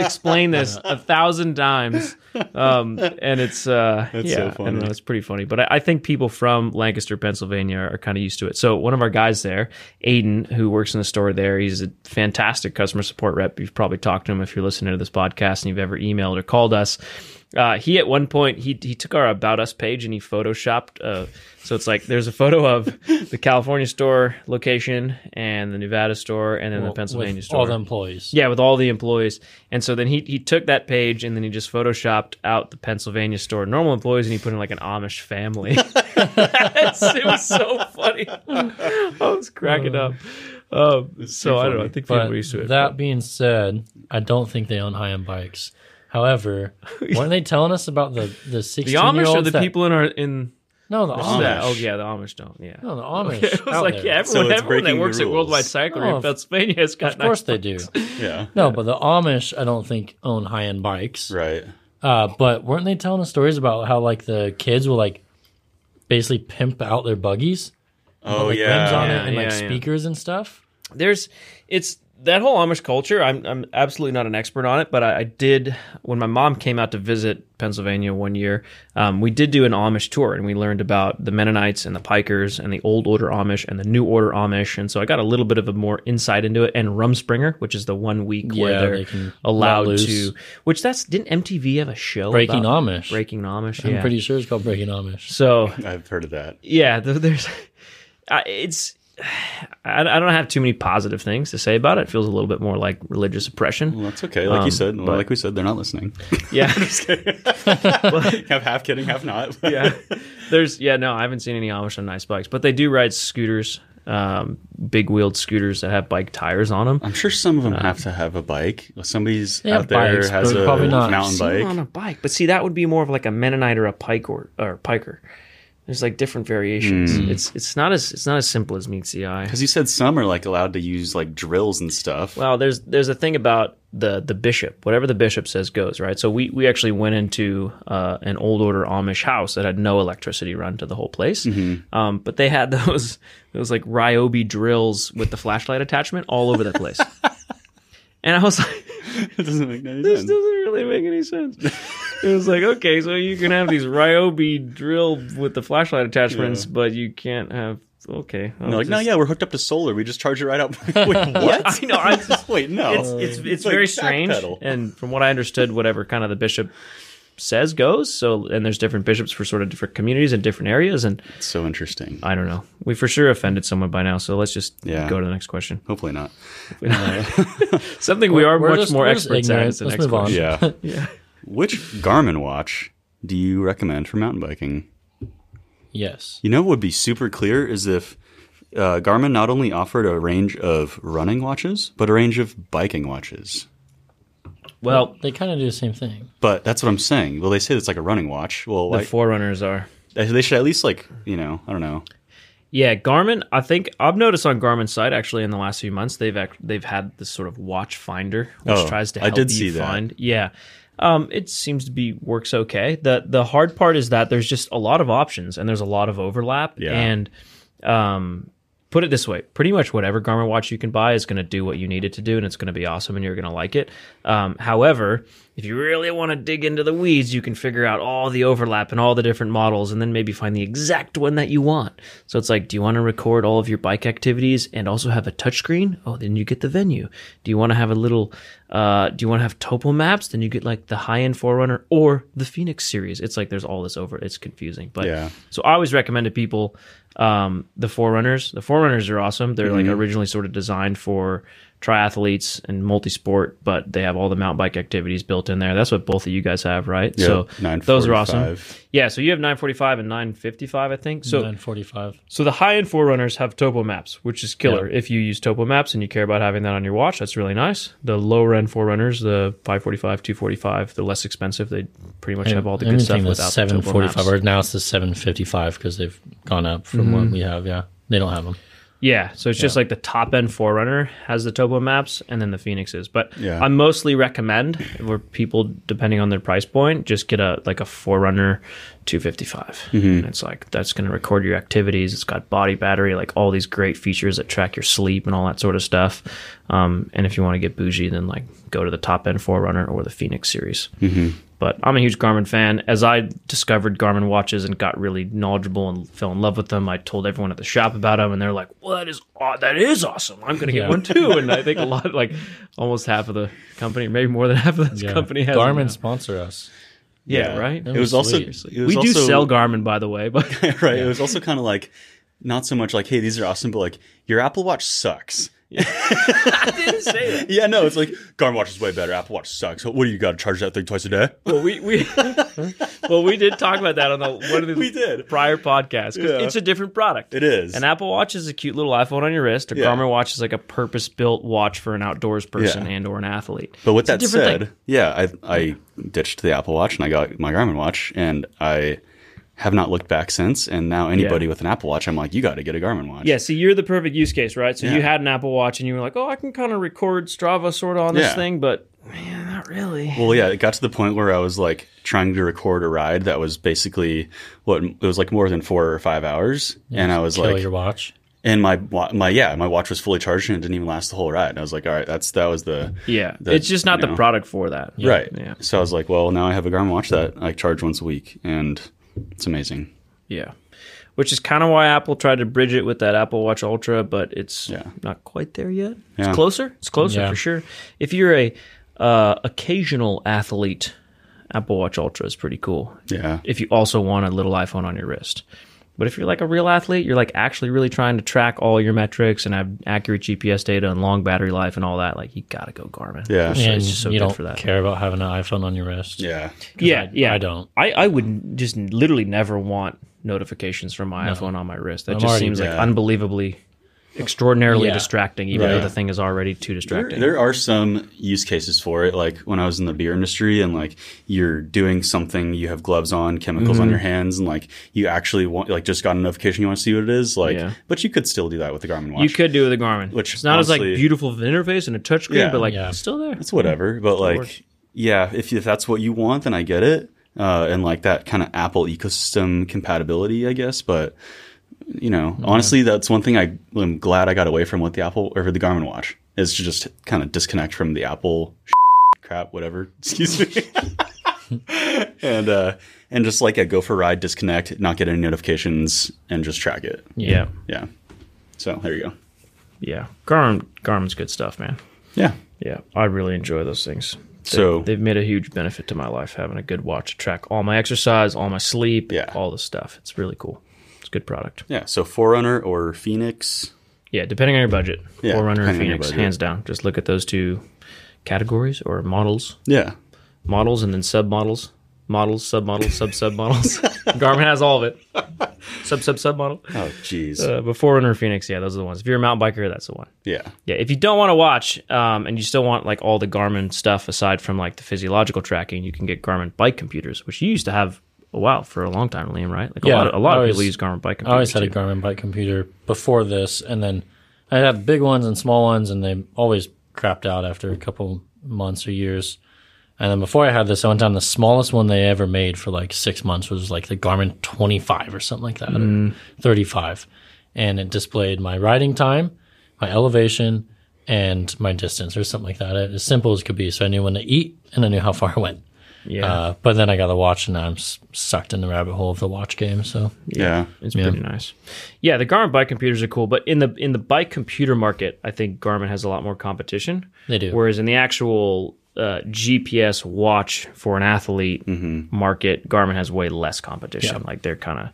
explain this a thousand times, um, and it's uh, That's yeah, so I don't know, funny. it's pretty funny. But I, I think people from Lancaster, Pennsylvania, are kind of used to it. So one of our guys there, Aiden, who works in the store there, he's a fantastic customer support rep. You've probably talked to him if you're listening to this podcast and you've ever emailed or called us. Uh, he at one point he he took our about us page and he photoshopped. Uh, so it's like there's a photo of the California store location and the Nevada store and then Well, the Pennsylvania with store. All the employees. Yeah, with all the employees. And so then he he took that page and then he just photoshopped out the Pennsylvania store normal employees and he put in like an Amish family. That's- it was so funny. I was cracking Uh, up. Um, so I don't know. I think people But are used to it. that being said, I don't think they own high end bikes. However, weren't they telling us about the the the sixteen year Amish are olds? the people in our in No, the Amish. that. Oh yeah, the Amish don't. Yeah. No, the Amish. It was out like there. yeah, everyone, it's everyone that breaking the works at rules. Worldwide Cyclery Oh, in of- Pennsylvania has got Of course they nice- do. Yeah. No, but the Amish, I don't think own high end bikes. Right. Uh, but weren't they telling us stories about how like the kids will like basically pimp out their buggies, Oh like yeah. rims on Yeah, it, and yeah, like yeah. speakers and stuff? there's it's that whole Amish culture. I'm I'm absolutely not an expert on it, but I, I did when my mom came out to visit Pennsylvania one year. Um, we did do an Amish tour, and we learned about the Mennonites and the Pikers and the Old Order Amish and the New Order Amish, and so I got a little bit of a more insight into it. And Rumspringer, which is the one week where Yeah, they're they can let allowed loose. to. Which that's didn't MTV have a show Breaking about Amish. Breaking Amish? I'm Yeah. pretty sure it's called Breaking Amish. so I've heard of that. yeah, th- there's I it's I, I don't have too many positive things to say about it. It feels a little bit more like religious oppression. Well, that's okay. Like Um, you said, well, but- like we said, they're not listening. Yeah, I'm half kidding, half not. yeah. There's yeah, no, I haven't seen any Amish on nice bikes, but they do ride scooters, um, big wheeled scooters that have bike tires on them. I'm sure some of them Uh, have to have a bike. Somebody's They have out there bikes, has but a probably not. mountain bike. on a bike, but see that would be more of like a Mennonite or a pike or, or piker. There's like different variations. It's it's not as it's not as simple as meets the eye. Because you said some are like allowed to use like drills and stuff. Well, there's there's a thing about the the bishop. Whatever the bishop says goes, right? So we we actually went into uh, an old order Amish house that had no electricity run to the whole place, Mm-hmm. um, but they had those those like Ryobi drills with the flashlight attachment all over the place. And I was like, it doesn't make any this sense. doesn't really make any sense. It was like, okay, so you can have these Ryobi drill with the flashlight attachments, but you can't have. Okay, And they're like, no, yeah, we're hooked up to solar. We just charge it right up. Wait, what? I know. I just, Wait, no. Oh. it's it's, it's, like very strange. backpedal. And from what I understood, whatever kind of the bishop says goes. So and there's different bishops for sort of different communities and different areas. And It's so interesting. I don't know. We for sure offended someone by now. So let's just Yeah. go to the next question. Hopefully not. Something we are We're much just- more we're just experts at. ignorant. Is the Let's next move on. question. Yeah. Yeah. Which Garmin watch do you recommend for mountain biking? Yes. You know what would be super clear is if uh, Garmin not only offered a range of running watches, but a range of biking watches. Well, They kind of do the same thing. But that's what I'm saying. Well, they say it's like a running watch. Well, the like, forerunners are. they should at least like you know I don't know. Yeah, Garmin. I think I've noticed on Garmin's site actually in the last few months they've act, they've had this sort of watch finder which Oh, tries to I help did see you that. find. Yeah, um, it seems to be works okay. the The hard part is that there's just a lot of options and there's a lot of overlap. Yeah. And um, put it this way, pretty much whatever Garmin watch you can buy is going to do what you need it to do, and it's going to be awesome, and you're going to like it. Um, however, if you really want to dig into the weeds, you can figure out all the overlap and all the different models, and then maybe find the exact one that you want. So it's like, do you want to record all of your bike activities and also have a touchscreen? Oh, then you get the venue. Do you want to have a little? Uh, do you want to have topo maps? Then you get like the high end Forerunner or the Phoenix series. It's like there's all this over. It's confusing, but Yeah. so I always recommend to people um, the Forerunners. The Forerunners are awesome. They're Mm-hmm. like originally sort of designed for triathletes and multi-sport, but they have all the mountain bike activities built in there. That's what both of you guys have, right? so those are awesome. 945. Yeah. So you have 945 and 955, I think. So Nine forty five. so the high-end Forerunners have topo maps, which is killer. If you use topo maps and you care about having that on your watch, that's really nice. The lower-end Forerunners, the 545, 245, they're less expensive. They pretty much have all the good stuff Anything without that's the seven topo forty maps. five, or now it's the seven fifty five because they've gone up from what Mm-hmm. we have. Yeah, they don't have them. Yeah, so it's just like the top end Forerunner has the topo maps, and then the Phoenixes. But Yeah. I mostly recommend where people, depending on their price point, just get a like a Forerunner 255. And it's like that's going to record your activities. It's got body battery, like all these great features that track your sleep and all that sort of stuff. Um, and if you want to get bougie, then like go to the top end Forerunner or the Phoenix series. Mm-hmm. But I'm a huge Garmin fan. As I discovered Garmin watches and got really knowledgeable and fell in love with them, I told everyone at the shop about them, and they're like, "Well, that is aw- that is awesome. I'm going to get Yeah. one too." And I think a lot, like almost half of the company, maybe more than half of this Yeah. company, has them Garmin now. sponsor us. Yeah, right? It was also Seriously. it was We do also- sell Garmin, by the way, but right. It was also kind of like not so much like hey these are awesome, but like your Apple Watch sucks. I didn't say that. Yeah, no, it's like Garmin Watch is way better. Apple Watch sucks. What do you got to charge that thing twice a day? Well, we we well we did talk about that on the one of the We did. prior podcasts 'cause Yeah. it's a different product. It is. An Apple Watch is a cute little iPhone on your wrist. A Yeah. Garmin watch is like a purpose-built watch for an outdoors person Yeah. and or an athlete. But with It's a that different said, yeah, I I ditched the Apple Watch and I got my Garmin watch and I have not looked back since. And now anybody Yeah. with an Apple Watch, I'm like, you got to get a Garmin watch. Yeah, see, you're the perfect use case, right? So Yeah. you had an Apple Watch and you were like, "Oh, I can kind of record Strava sort of on this Yeah. thing," but man, not really. Well, yeah, it got to the point where I was like trying to record a ride that was basically what it was like more than four or five hours, and I was Kill like, your watch. and my wa- my yeah, my watch was fully charged and it didn't even last the whole ride. And I was like, all right, that's that was the yeah, the- it's just not you the know. product for that. right. Yeah. So I was like, well, now I have a Garmin watch that I charge once a week, and it's amazing. Yeah. Which is kind of why Apple tried to bridge it with that Apple Watch Ultra, but it's Yeah. not quite there yet. Yeah. It's closer. It's closer Yeah. for sure. If you're a uh, occasional athlete, Apple Watch Ultra is pretty cool. Yeah. If you also want a little iPhone on your wrist. But if you're like a real athlete, you're like actually really trying to track all your metrics and have accurate GPS data and long battery life and all that, like you gotta go Garmin. Yeah. It's And just so you good don't for that. care about having an iPhone on your wrist. Yeah. Yeah, I- yeah. I don't. I, I would just literally never want notifications from my iPhone on my wrist. That I'm just already seems like bad. unbelievably extraordinarily Yeah. distracting, even though Right. the thing is already too There, distracting. there are some use cases for it. Like when I was in the beer industry and like you're doing something, you have gloves on, chemicals Mm-hmm. on your hands, and like you actually want, like just got a notification, you want to see what it is. Like, Yeah. but you could still do that with the Garmin watch. you could do with a Garmin. Which, it's not as like honestly- beautiful of an interface and a touchscreen, Yeah. but like Yeah. it's still there. It's whatever. But like, works. yeah, if, if that's what you want, then I get it. Uh, and like that kind of Apple ecosystem compatibility, I guess. But you know, honestly, that's one thing I am glad I got away from with the Apple or the Garmin watch is to just kind of disconnect from the Apple crap, whatever. Excuse me. and uh, and just like a go for a ride, disconnect, not get any notifications, and just track it. Yeah. Yeah. So there you go. Yeah. Garmin Garmin's good stuff, man. Yeah. Yeah. I really enjoy those things. They- So- they've made a huge benefit to my life having a good watch to track all my exercise, all my sleep, Yeah. all this stuff. It's really cool. It's a good product. Yeah. So Forerunner or Phoenix. Yeah, depending on your budget. Yeah, Forerunner depending and on your Phoenix, budget. hands down. Just look at those two categories or models. Yeah. Models and then submodels. Models, submodels, sub submodels. Garmin has all of it. Sub sub submodel. Oh, jeez. Uh, but Forerunner and Phoenix, yeah, those are the ones. If you're a mountain biker, that's the one. yeah. Yeah, if you don't want to watch um, and you still want like all the Garmin stuff aside from like the physiological tracking, you can get Garmin bike computers, which you used to have a while for a long time, Liam, right? Like a Yeah, lot of, a lot I of always- people use Garmin bike computers. I always had a too. Garmin bike computer before this, and then I had big ones and small ones, and they always crapped out after a couple months or years. And then before I had this, I went down the smallest one they ever made for like six months, was like the Garmin 25 or something like that, Mm. or 35. And it displayed my riding time, my elevation, and my distance or something like that. As simple as could be. So I knew when to eat and I knew how far I went. Yeah, Uh, but then I got the watch, and now I'm s- sucked in the rabbit hole of the watch game. So Yeah. It's pretty nice. Yeah, the Garmin bike computers are cool, but in the in the bike computer market, I think Garmin has a lot more competition. They do. Whereas in the actual uh, GPS watch for an athlete market, Garmin has way less competition. Like they're kind of,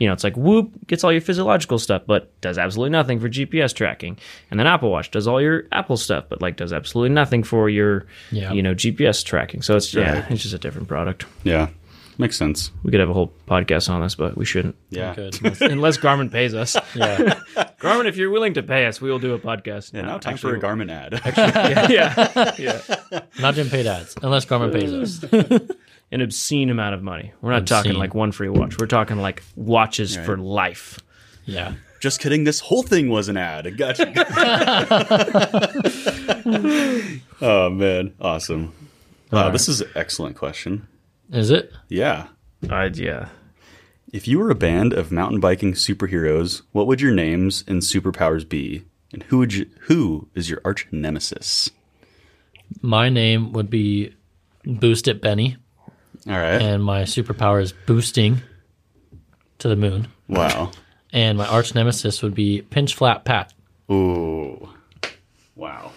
you know, it's like Whoop gets all your physiological stuff, but does absolutely nothing for GPS tracking, and then Apple Watch does all your Apple stuff, but like does absolutely nothing for your, Yeah. you know, GPS tracking. So it's Right. yeah, it's just a different product. Yeah. Makes sense. We could have a whole podcast on this, but we shouldn't Yeah. good. unless Garmin pays us. Yeah. Garmin, if you're willing to pay us, we will do a podcast. Uh, Yeah, now time for a Garmin ad. yeah, yeah, Not getting paid ads, unless Garmin pays us. an obscene amount of money. We're not talking Obscene. like one free watch. We're talking like watches for life. Yeah. Just kidding. This whole thing was an ad. Gotcha. oh man, awesome. Wow, this is an excellent question. Is it? Yeah. Uh, yeah, If you were a band of mountain biking superheroes, what would your names and superpowers be? And who would you, who is your arch nemesis? My name would be Boost It Benny, All right. and my superpower is boosting to the moon. wow. And my arch nemesis would be Pinch Flat Pat. Ooh. Wow.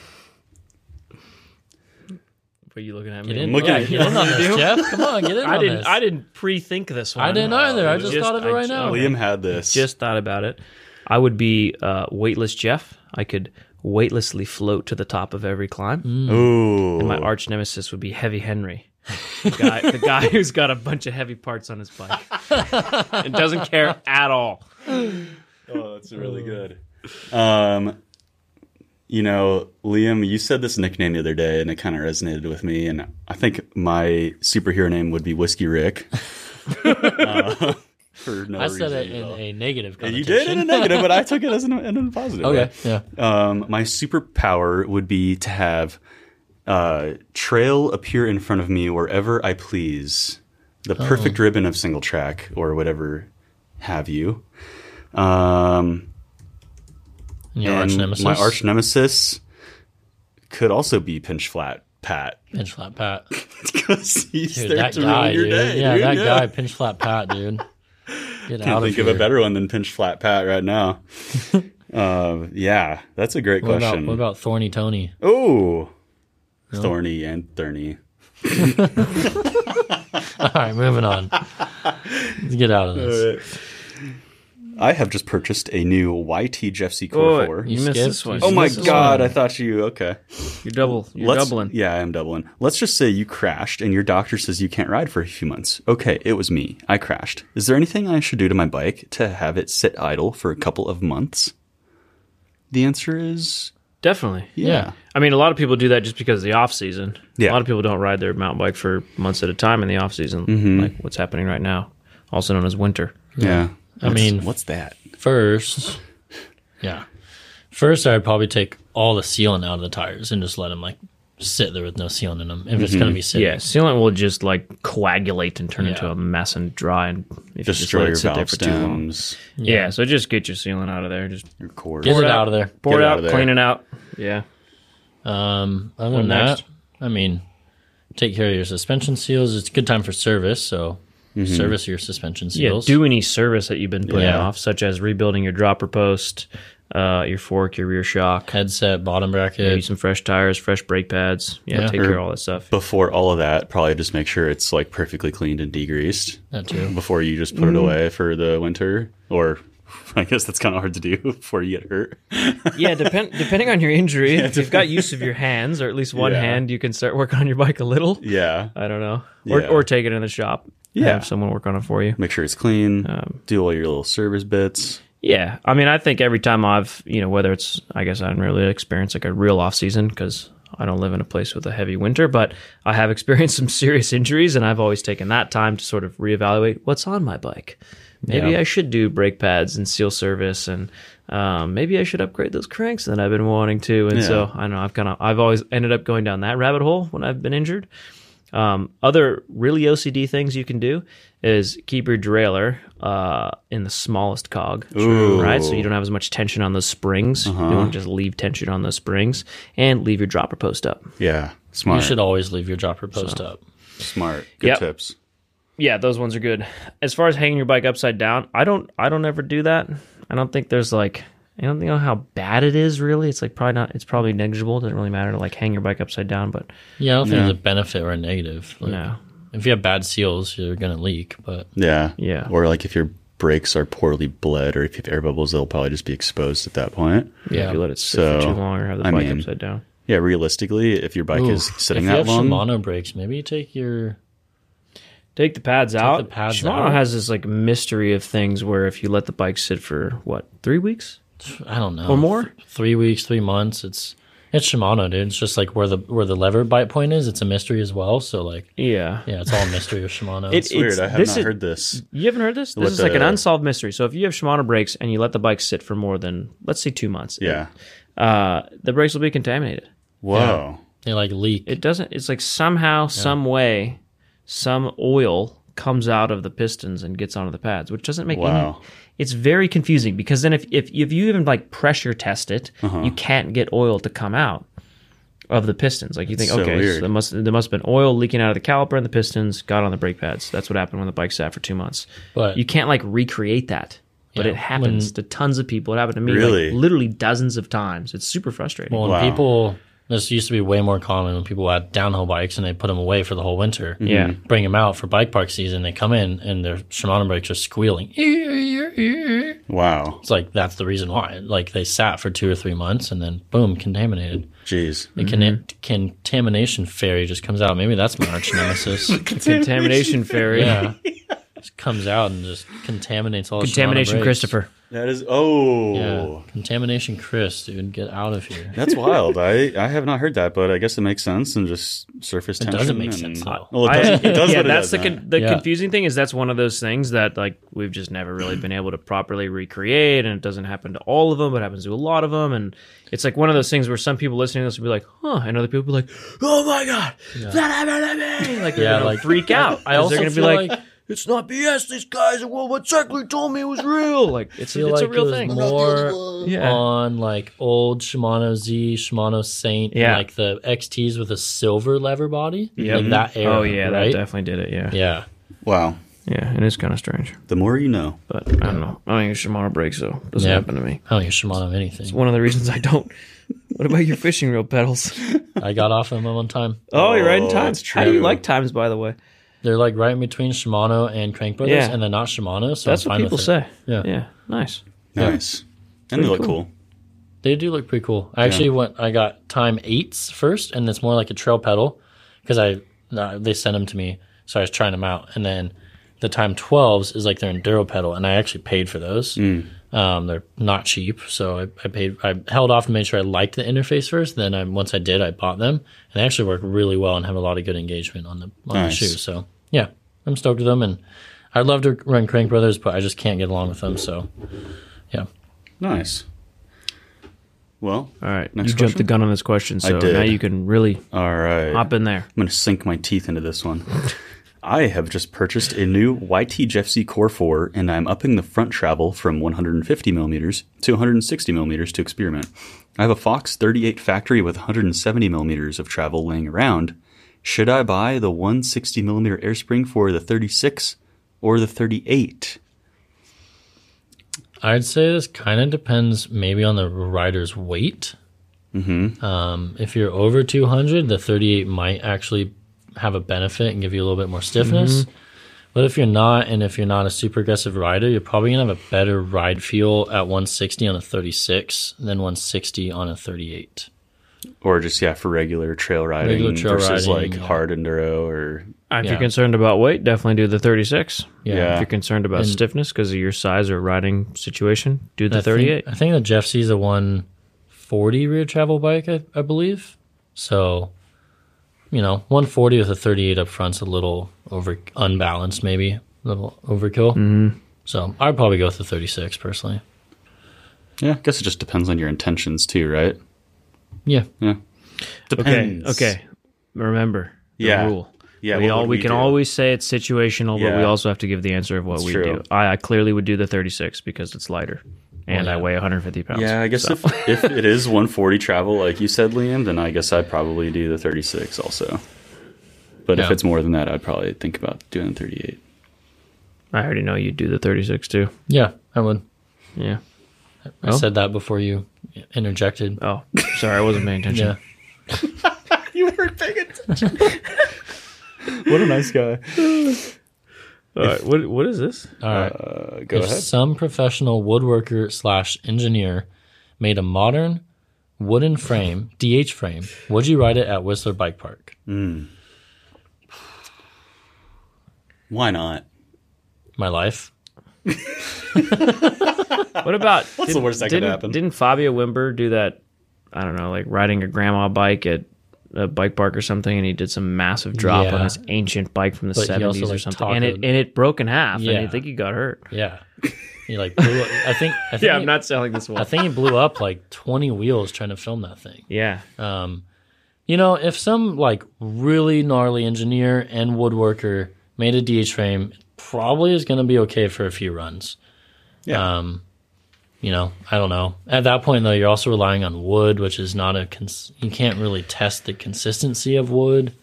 What are you looking at Get me? in, I'm looking oh, at you. get in on this, Jeff. Come on, get in I on didn't. this. I didn't pre-think this one. I didn't either. I just thought of it I right ju- now. Liam had this. Just thought about it. I would be uh, weightless Jeff. I could weightlessly float to the top of every climb. Ooh. My arch nemesis would be Heavy Henry, the guy, the guy who's got a bunch of heavy parts on his bike and doesn't care at all. Oh, that's really good. Um, you know, Liam, you said this nickname the other day, and it kind of resonated with me. And I think my superhero name would be Whiskey Rick. Uh, for no I said reason it at in all. a negative You connotation. did in a negative, but I took it as an, in a positive. Okay, way. yeah. Um, my superpower would be to have uh, trail appear in front of me wherever I please, the Oh. perfect ribbon of single track or whatever have you. Um, And your arch and nemesis. My arch nemesis could also be Pinch Flat Pat Pinch Flat Pat. because he's Dude, there that to guy, ruin your dude. day. yeah, dude, that guy, Pinch Flat Pat, dude. Get I can't out think of of here. a better one than Pinch Flat Pat right now. uh, yeah, that's a great what about, question. what about Thorny Tony? Oh, thorny and thorny. All right, moving on. Let's get out of this. I have just purchased a new YT Jeff C Core 4. Oh, you missed skipped? this one. You Oh my This is god, I thought you okay. You're double. You're Let's- doubling. Yeah, I am doubling. Let's just say you crashed and your doctor says you can't ride for a few months. Okay, it was me. I crashed. Is there anything I should do to my bike to have it sit idle for a couple of months? The answer is Definitely. yeah. I mean, a lot of people do that just because of the off season. Yeah. A lot of people don't ride their mountain bike for months at a time in the off season, Mm-hmm. like what's happening right now, also known as winter. Yeah. I mean- what's that? First, yeah. First, I'd probably take all the sealant out of the tires and just let them like sit there with no sealant in them. If it's gonna be sitting, Yeah, sealant will just like coagulate and turn Yeah. into a mess and dry, and if Destroy you your just let it valve sit there for too long. stems, Yeah. so just get your sealant out of there. Just your cord. get it it out. out of there. pour Get it it out, out of there. clean it out. Yeah, Um, other than next? that, I mean, take care of your suspension seals. It's a good time for service, so service your suspension yeah. seals. Do any service that you've been putting Yeah. off, such as rebuilding your dropper post, uh, your fork, your rear shock, headset, bottom maybe bracket. some fresh tires, fresh brake pads. Yeah, Yeah. take Or- care of all that stuff. Before all of that, probably just make sure it's like perfectly cleaned and degreased. That too. before you just put it away for the winter or I guess that's kind of hard to do before you get hurt. yeah, depend, depending on your injury, if you've got use of your hands or at least one Yeah. hand, you can start working on your bike a little. Yeah. I don't know, or Yeah. or take it in the shop. Yeah. have someone work on it for you. Make sure it's clean. do all your little service bits. Yeah, I mean, I think every time I've, you know, whether it's, I guess I didn't really experience like a real off season because I don't live in a place with a heavy winter, but I have experienced some serious injuries, and I've always taken that time to sort of reevaluate what's on my bike. Maybe Yeah. I should do brake pads and seal service, and um, maybe I should upgrade those cranks that I've been wanting to. And so I know I've kind of, I've always ended up going down that rabbit hole when I've been injured. Um, other really OCD things you can do is keep your derailleur uh, in the smallest cog, right? So you don't have as much tension on those springs. Uh-huh. You don't just leave tension on those springs, and leave your dropper post up. Yeah. You Smart. should always leave your dropper post up. Smart. Good Yep. tips. Yeah, those ones are good. As far as hanging your bike upside down, I don't, I don't ever do that. I don't think there's like, I don't know how bad it is really. It's like probably not. It's probably negligible. It doesn't really matter to like hang your bike upside down, but Yeah, I don't think there's a benefit or a negative. Like, no, If you have bad seals, you're gonna leak. But Yeah. Yeah. Or like if your brakes are poorly bled or if you have air bubbles, they'll probably just be exposed at that point. yeah, yeah, if you let it sit for So, too long or have the I bike mean- upside down. Yeah. Realistically, if your bike is Oof. sitting if that you have long, Shimano brakes, maybe you take your Take the pads out. the pads Shimano out. has this like mystery of things where if you let the bike sit for what three weeks I don't know or more, th- three weeks, three months. It's it's Shimano, dude. It's just like where the where the lever bite point is. It's a mystery as well. So like, yeah, yeah, it's all a mystery with Shimano. It- it's weird. it's- I have this not is- heard this. You haven't heard this? This Let is like an the- unsolved mystery. So if you have Shimano brakes and you let the bike sit for more than let's say two months, Yeah. uh, the brakes will be contaminated. Whoa. they like leak. It doesn't. It's like somehow, some way, some oil comes out of the pistons and gets onto the pads, which doesn't make Wow. any. It's very confusing because then if if, if you even like pressure test it, Uh-huh. you can't get oil to come out of the pistons. Like you think, so okay, weird. so there must there must have been oil leaking out of the caliper and the pistons got on the brake pads. That's what happened when the bike sat for two months. But- you can't like recreate that. But Yeah, it happens when- to tons of people. It happened to me like, Really? literally dozens of times. It's super frustrating. Well, Wow. when people, this used to be way more common when people had downhill bikes and they put them away for the whole winter. Yeah. Bring them out for bike park season. They come in and their Shimano bikes are squealing. It's Wow. like, that's the reason why. Like, they sat for two or three months and then boom, contaminated. Jeez. The conna- Mm-hmm. contamination fairy just comes out. Maybe that's my arch nemesis. Contamination fairy. yeah. Just comes out and just contaminates all the Shimano Contamination brakes. Christopher. That is oh. Yeah. Contamination Chris, dude. Get out of here. That's wild. I, I have not heard that, but I guess it makes sense and just surface tension. doesn't make and- sense, though. Well, it does, it does yeah, what it does, that's the man. con- the Yeah. confusing thing is that's one of those things that like we've just never really been able to properly recreate, and it doesn't happen to all of them, but it happens to a lot of them, and it's like one of those things where some people listening to this will be like, "Huh," and other people will be like, "Oh my god, that happened to me!" Like, they're Yeah, gonna like- freak out. I 'cause they're also gonna be feel like, like- "It's not BS. These guys at World War Cycling told me it was real." Like, it's feel it's a like it real was thing. more Yeah. on like old Shimano Z, Shimano Saint, and, Yeah. like the XTs with a silver lever body. Yeah. like that era. oh yeah, right? that definitely did it. Yeah, yeah, yeah. Wow. it is kind of strange, The more you know. but I don't know. I think it's Shimano brakes, so it doesn't Yeah. happen to me. I don't use Shimano anything. one of the reasons I don't. What about your fishing reel pedals? I got off them one time. Oh, you're right in Oh, times. that's How do you true. like times, by the way? They're like right in between Shimano and Crank Brothers, Yeah. and they're not Shimano, so That's I'm what fine people with it. say. Yeah. Yeah. Nice. Nice. And they look cool. cool. They do look pretty cool. I actually went. I got time eights first, and it's more like a trail pedal because I no, they sent them to me, so I was trying them out. And then the time twelves is like their enduro pedal, and I actually paid for those. Um, they're not cheap, so I, I paid. I held off to make sure I liked the interface first. Then I, once I did, I bought them, and they actually work really well and have a lot of good engagement on the on Nice. the shoe. So yeah, I'm stoked with them, and I'd love to run Crank Brothers, but I just can't get along with them. So yeah, Nice. Well, All right. Next you jumped the question? gun on this question, so did. now you can really all right. hop in there. I'm going to sink my teeth into this one. I have just purchased a new YT JFC Core 4, and I'm upping the front travel from 150 millimeters to 160 millimeters to experiment. I have a Fox 38 factory with 170 millimeters of travel laying around. Should I buy the 160 millimeter airspring for the 36 or the 38? I'd say this kind of depends maybe on the rider's weight. Um, if you're over 200, the 38 might actually have a benefit and give you a little bit more stiffness. But if you're not, and if you're not a super aggressive rider, you're probably going to have a better ride feel at 160 on a 36 than 160 on a 38. Or just yeah for regular trail riding Regular trail versus riding, like yeah. hard enduro or If Yeah. you're concerned about weight, definitely do the 36. Yeah. If you're concerned about And- stiffness because of your size or riding situation, do the I think- 38. I think the Jeff C's a 140 rear travel bike, I, I believe. So, you know, 140 with a 38 up front's a little over unbalanced, maybe a little overkill. Mm-hmm. So, I'd probably go with the 36 personally. yeah. I guess it just depends on your intentions too, right? Yeah, Yeah. okay. Depends. Okay. Remember the Yeah. rule. Yeah. we what all would we, can do? always say it's situational, but we Yeah. also have to give the answer of what we true. do. I, I clearly would do the 36 because it's lighter, and Well, I yeah. weigh 150 pounds. Yeah, I guess if, if it is 140 travel, like you said, Liam, then I guess I'd probably do the 36 also. But if Yeah. it's more than that, I'd probably think about doing 38. I already know you do the 36 too. yeah, I would. Yeah. I Oh. said that before you interjected. Oh, sorry, I wasn't paying attention. Yeah. What a nice guy. All right, what what is this? All right. Uh, go if ahead. some professional woodworker slash engineer made a modern wooden frame, DH frame, would you ride it at Whistler Bike Park? Why not? My life. What about what's the worst that could didn't, happen? Didn't Fabio Wimber do that? I don't know, like riding a grandma bike at a bike park or something, and he did some massive drop Yeah. on this ancient bike from the But he also, seventies or like, something, and it tackled- and it broke in half, and Yeah. I think he got hurt. Yeah. You like blew up. I think I think Yeah, he- I'm not selling this I one. think he blew up like 20 wheels trying to film that thing. Yeah, You know, if some like really gnarly engineer and woodworker made a DH frame. Probably is going to be okay for a few runs. Yeah. Um, you know, I don't know. At that point, though, you're also relying on wood, which is not a cons- you can't really test the consistency of wood.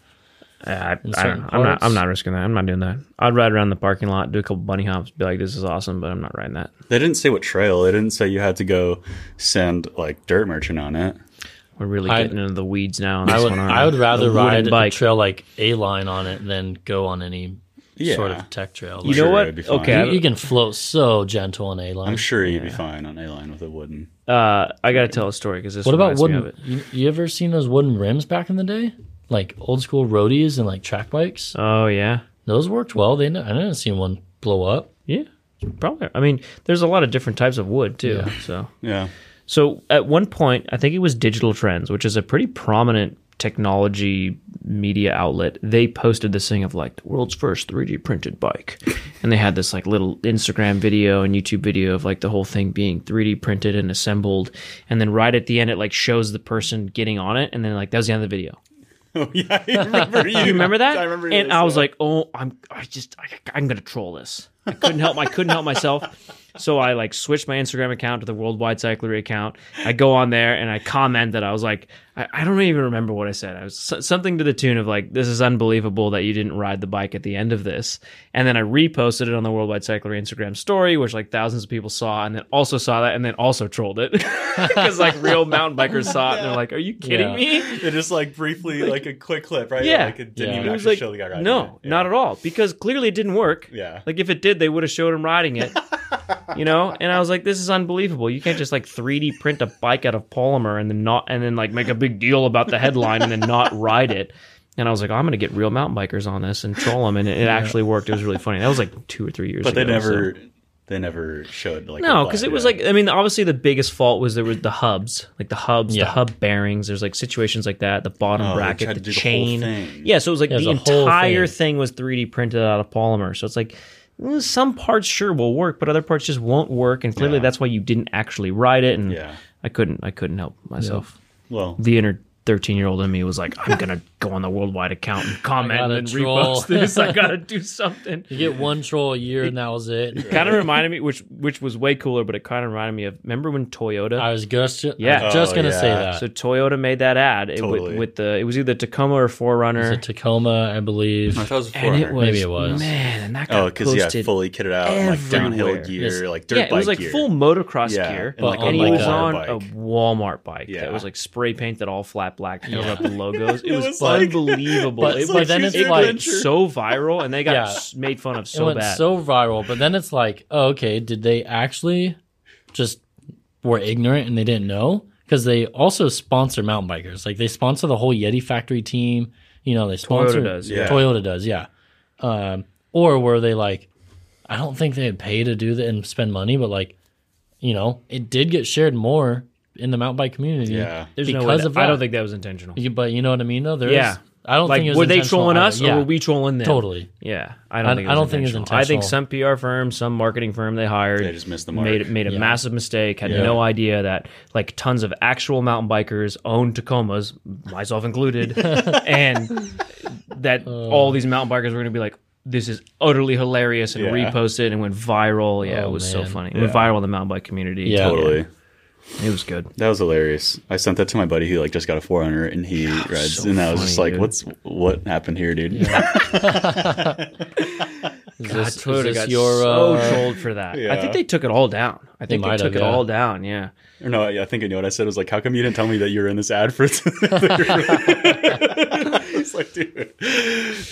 I, I, In I certain don't, know. I'm not. parts. I'm not risking that. I'm not doing that. I'd ride around the parking lot, do a couple bunny hops, be like, "This is awesome," but I'm not riding that. They didn't say what trail. They didn't say you had to go send like dirt merchant on it. We're really I- getting into the weeds now. On I this would one, aren't I we? would rather The wooden ride a bike. trail like a line on it than go on any Yeah. sort of tech trail. Like, You know Sure, what? it'd be fine. Okay, you, you can float so gentle on a line. I'm sure you'd be fine on a line with a wooden. Uh, I gotta tell a story because this. What about reminds me of wooden? it. You, you ever seen those wooden rims back in the day? Like old school roadies and like track bikes. Oh yeah, Those worked well. They n- I didn't see one blow up. yeah, probably. I mean, there's a lot of different types of wood too. So, Yeah. so at one point, I think it was Digital Trends, which is a pretty prominent technology media outlet. They posted this thing of like the world's first 3D printed bike, and they had this like little Instagram video and YouTube video of like the whole thing being 3D printed and assembled, and then right at the end, it like shows the person getting on it, and then like that was the end of the video. Oh yeah, I remember you. You remember that? I remember. and this, I was yeah. like, oh, I'm, I just, I, I'm gonna troll this. I couldn't help, I couldn't help myself. So I like switched my Instagram account to the Worldwide Cyclery account. I go on there and I comment that I was like, I, I don't even remember what I said. I was so- something to the tune of like, this is unbelievable that you didn't ride the bike at the end of this. And then I reposted it on the Worldwide Cyclery Instagram story, which like thousands of people saw, and then also saw that, and then also trolled it because like real mountain bikers saw it and they're like, are you kidding Yeah. me? They just like briefly, like, a quick clip, right? Yeah. Like it didn't Yeah. even It was actually like, show the guy riding. no, it. Yeah. not at all, because clearly it didn't work. Yeah. Like if it did, they would have showed him riding it. you know, and I was like, this is unbelievable. You can't just like 3D print a bike out of polymer and then not and then like make a big deal about the headline and then not ride it. And I was like, "Oh, I'm gonna get real mountain bikers on this and troll them, and it, it actually worked. It was really funny. That was like two or three years. but they ago, never, so- they never showed like. No, the because flag, it was yeah. like I mean, obviously the biggest fault was there was the hubs, like the hubs, Yeah. the hub bearings. There's like situations like that, the bottom Oh, they bracket, tried the to do the whole chain. thing. Yeah, so it was like Yeah, the the whole entire thing. thing. was 3D printed out of polymer. So it's like mm, some parts sure will work, but other parts just won't work. And clearly Yeah. that's why you didn't actually ride it. And Yeah. I couldn't, I couldn't help myself. Well, The inner 13 year old in me was like, I'm gonna go on the worldwide account and comment gotta and troll. repost this. I gotta do something. You get one troll a year and that was it. Kind of reminded me, which which was way cooler, but it kind of reminded me of remember when Toyota I was just Yeah. yeah. just Oh, gonna say yeah. that. So Toyota made that ad it, with, Totally. with the it was either Tacoma or Forerunner, the Tacoma, I believe. I thought it was and it 400. was Maybe it was. man, and that got Oh, because yeah, posted. fully kitted out, and, like downhill everywhere. gear, like dirt yeah, it was bike like gear. full motocross Yeah, gear, and like and a he was on Walmart a bike. Walmart bike Yeah. that was like spray painted all flat black, filled up with logos. It, It was, was like- unbelievable. But- it but was then it's it like- went so viral, and they got Yeah. s- made fun of it so went bad. so viral, but then it's like, oh, okay, did they actually just were ignorant and they didn't know? Because they also sponsor mountain bikers. Like they sponsor the whole Yeti factory team. You know, they sponsor does, yeah. Toyota does, yeah. Um, or were they like, I don't think they had pay to do that and spend money, but like, you know, it did get shared more in the mountain bike community. Yeah. There's no because way that- of that. I don't think that was intentional. You- But you know what I mean? Though there is- Yeah. I don't Like, think it was were they intentional trolling either. us or Yeah, were we trolling them? totally? Yeah, I don't. I- think it I was don't think it was intentional. I think intentional. some PR firm, some marketing firm they hired, They just missed the mark. made made a Yeah. massive mistake. Had Yeah. no idea that like tons of actual mountain bikers own Tacomas, myself included, and that Oh. all these mountain bikers were going to be like, "This is utterly hilarious," and Yeah. repost it and went viral. Yeah, Oh, it was so man. funny. It went viral in the mountain bike community. Yeah. Totally. it was good. That was hilarious. I sent that to my buddy who like just got a 400 and he rides, so and I was funny, just like, dude. "What's what happened here, dude?" Is God, this, is Toyota this got your so uh, trolled for that. I Yeah. think they took it all down. I think they, might took have, it yeah. all down. Yeah. Or no, I I think I know what I said. It was like, how come you didn't tell me that you were in this ad for? it's like, dude.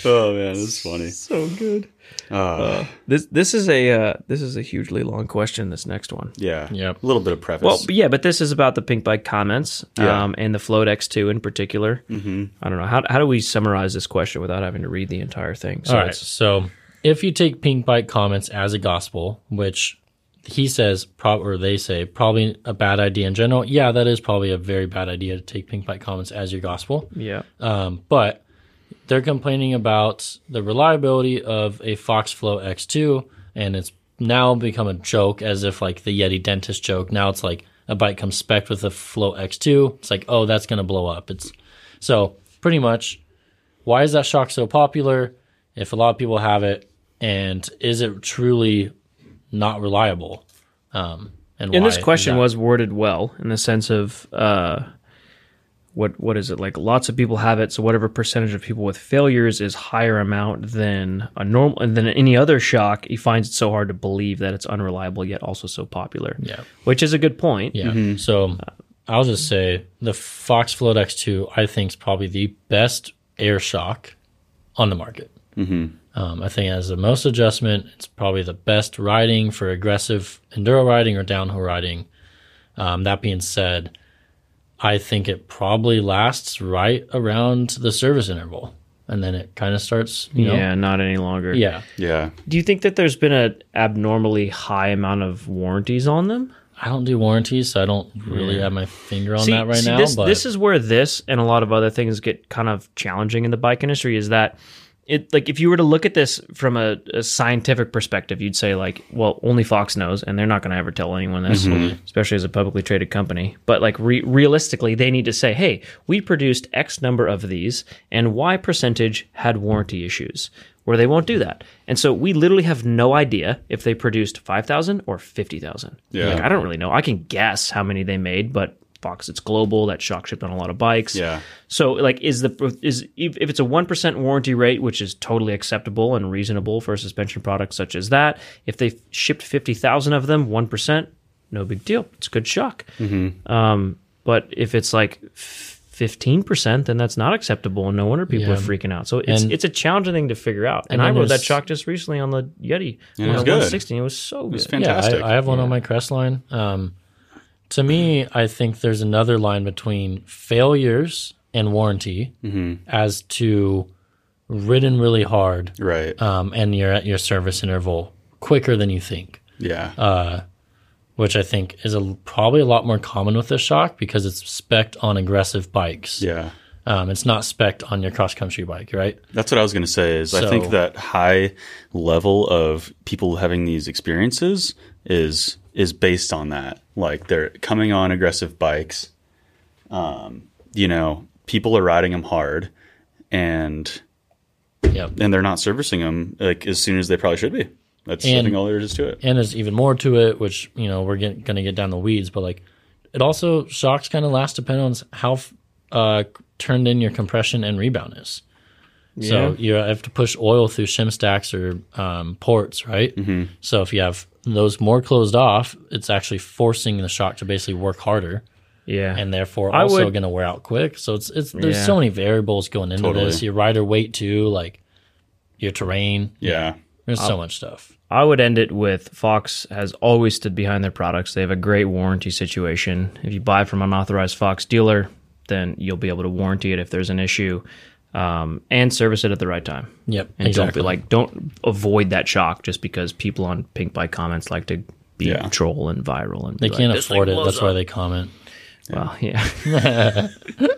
Oh man, this is funny. So good. Uh, This this is a uh, this is a hugely long question. This next one. yeah, Yep. A little bit of preface. Well, but yeah, but this is about the pink bike comments Yeah. um, and the Float X2 in particular. Mm-hmm. I don't know how how do we summarize this question without having to read the entire thing. So All right. it's- So if you take Pink Bike comments as a gospel, which he says, prob- or they say, probably a bad idea in general. Yeah, that is probably a very bad idea to take Pink Bike comments as your gospel. yeah, Um, but they're complaining about the reliability of a FoxFlow X2, and it's now become a joke, as if like the Yeti dentist joke. Now it's like a bike comes spec with a Flow X2. It's like, oh, that's gonna blow up. It's so pretty much. Why is that shock so popular? if a lot of people have it, and is it truly not reliable? Um, and And this why is question that? was worded well in the sense of uh, what what is it like? Lots of people have it, so whatever percentage of people with failures is higher amount than a normal than any other shock. He finds it so hard to believe that it's unreliable, yet also so popular. Yeah. which is a good point. Yeah. So I'll just say the Fox Float X2, I think, is probably the best air shock on the market. Mm-hmm. Um, I think it has the most adjustment. It's probably the best riding for aggressive enduro riding or downhill riding. Um, that being said, I think it probably lasts right around the service interval. And then it kind of starts, you know? yeah, not any longer. Yeah. Yeah. Do you think that there's been an abnormally high amount of warranties on them? I don't do warranties, so I don't really have my finger on that right now. This, but this is where this and a lot of other things get kind of challenging in the bike industry. Is that it? Like, if you were to look at this from a, a scientific perspective, you'd say like, well, only Fox knows, and they're not going to ever tell anyone this, Mm-hmm. especially as a publicly traded company. But like, re- realistically, they need to say, hey, we produced X number of these, and Y percentage had warranty issues. Where they won't do that, and so we literally have no idea if they produced five thousand or fifty thousand. Yeah. like, I don't really know. I can guess how many they made, but Fox, it's global. That shock shipped on a lot of bikes. Yeah. So, like, is the is if if it's a one percent warranty rate, which is totally acceptable and reasonable for a suspension product such as that, if they shipped fifty thousand of them, one percent, no big deal. It's good shock. Mm-hmm. Um, but if it's like fifteen percent, then that's not acceptable, and no wonder people Yeah. are freaking out. So it's And- it's a challenging thing to figure out. And, and I then rode that there's- shock just recently on the Yeti. it was on good. One sixty, it was so It's good. fantastic. Yeah, I, I have one on my crest line. Um, to me, I think there's another line between failures and warranty as to ridden really hard right. um, and you're at your service interval quicker than you think, yeah. uh, which I think is a, probably a lot more common with the shock because it's spec on aggressive bikes. yeah. Um, it's not spec on your cross country bike, right? That's what I was going to say. Is I think So- that high level of people having these experiences is is based on that. Like they're coming on aggressive bikes. Um, you know, people are riding them hard, and Yep. and they're not servicing them like as soon as they probably should be. That's I And- think all there is to it. and there's even more to it, which you know we're get, gonna get down the weeds, but like it also shocks kind of last depend on how f- uh, turned in your compression and rebound is. So you have to push oil through shim stacks or um, ports, right? Mm-hmm. So if you have those more closed off, it's actually forcing the shock to basically work harder, Yeah, and therefore I also would- going to wear out quick. So it's it's there's Yeah. so many variables going into Totally. this. Your rider weight too, like your terrain. yeah. There's so much stuff. I would end it with Fox has always stood behind their products. They have a great warranty situation. If you buy from an authorized Fox dealer, then you'll be able to warranty it if there's an issue, um, and service it at the right time. Yep, And don't exactly. be like don't avoid that shock just because people on Pink Bike comments like to be Yeah. troll and viral and They can't afford it. blows That's why they comment. well, yeah.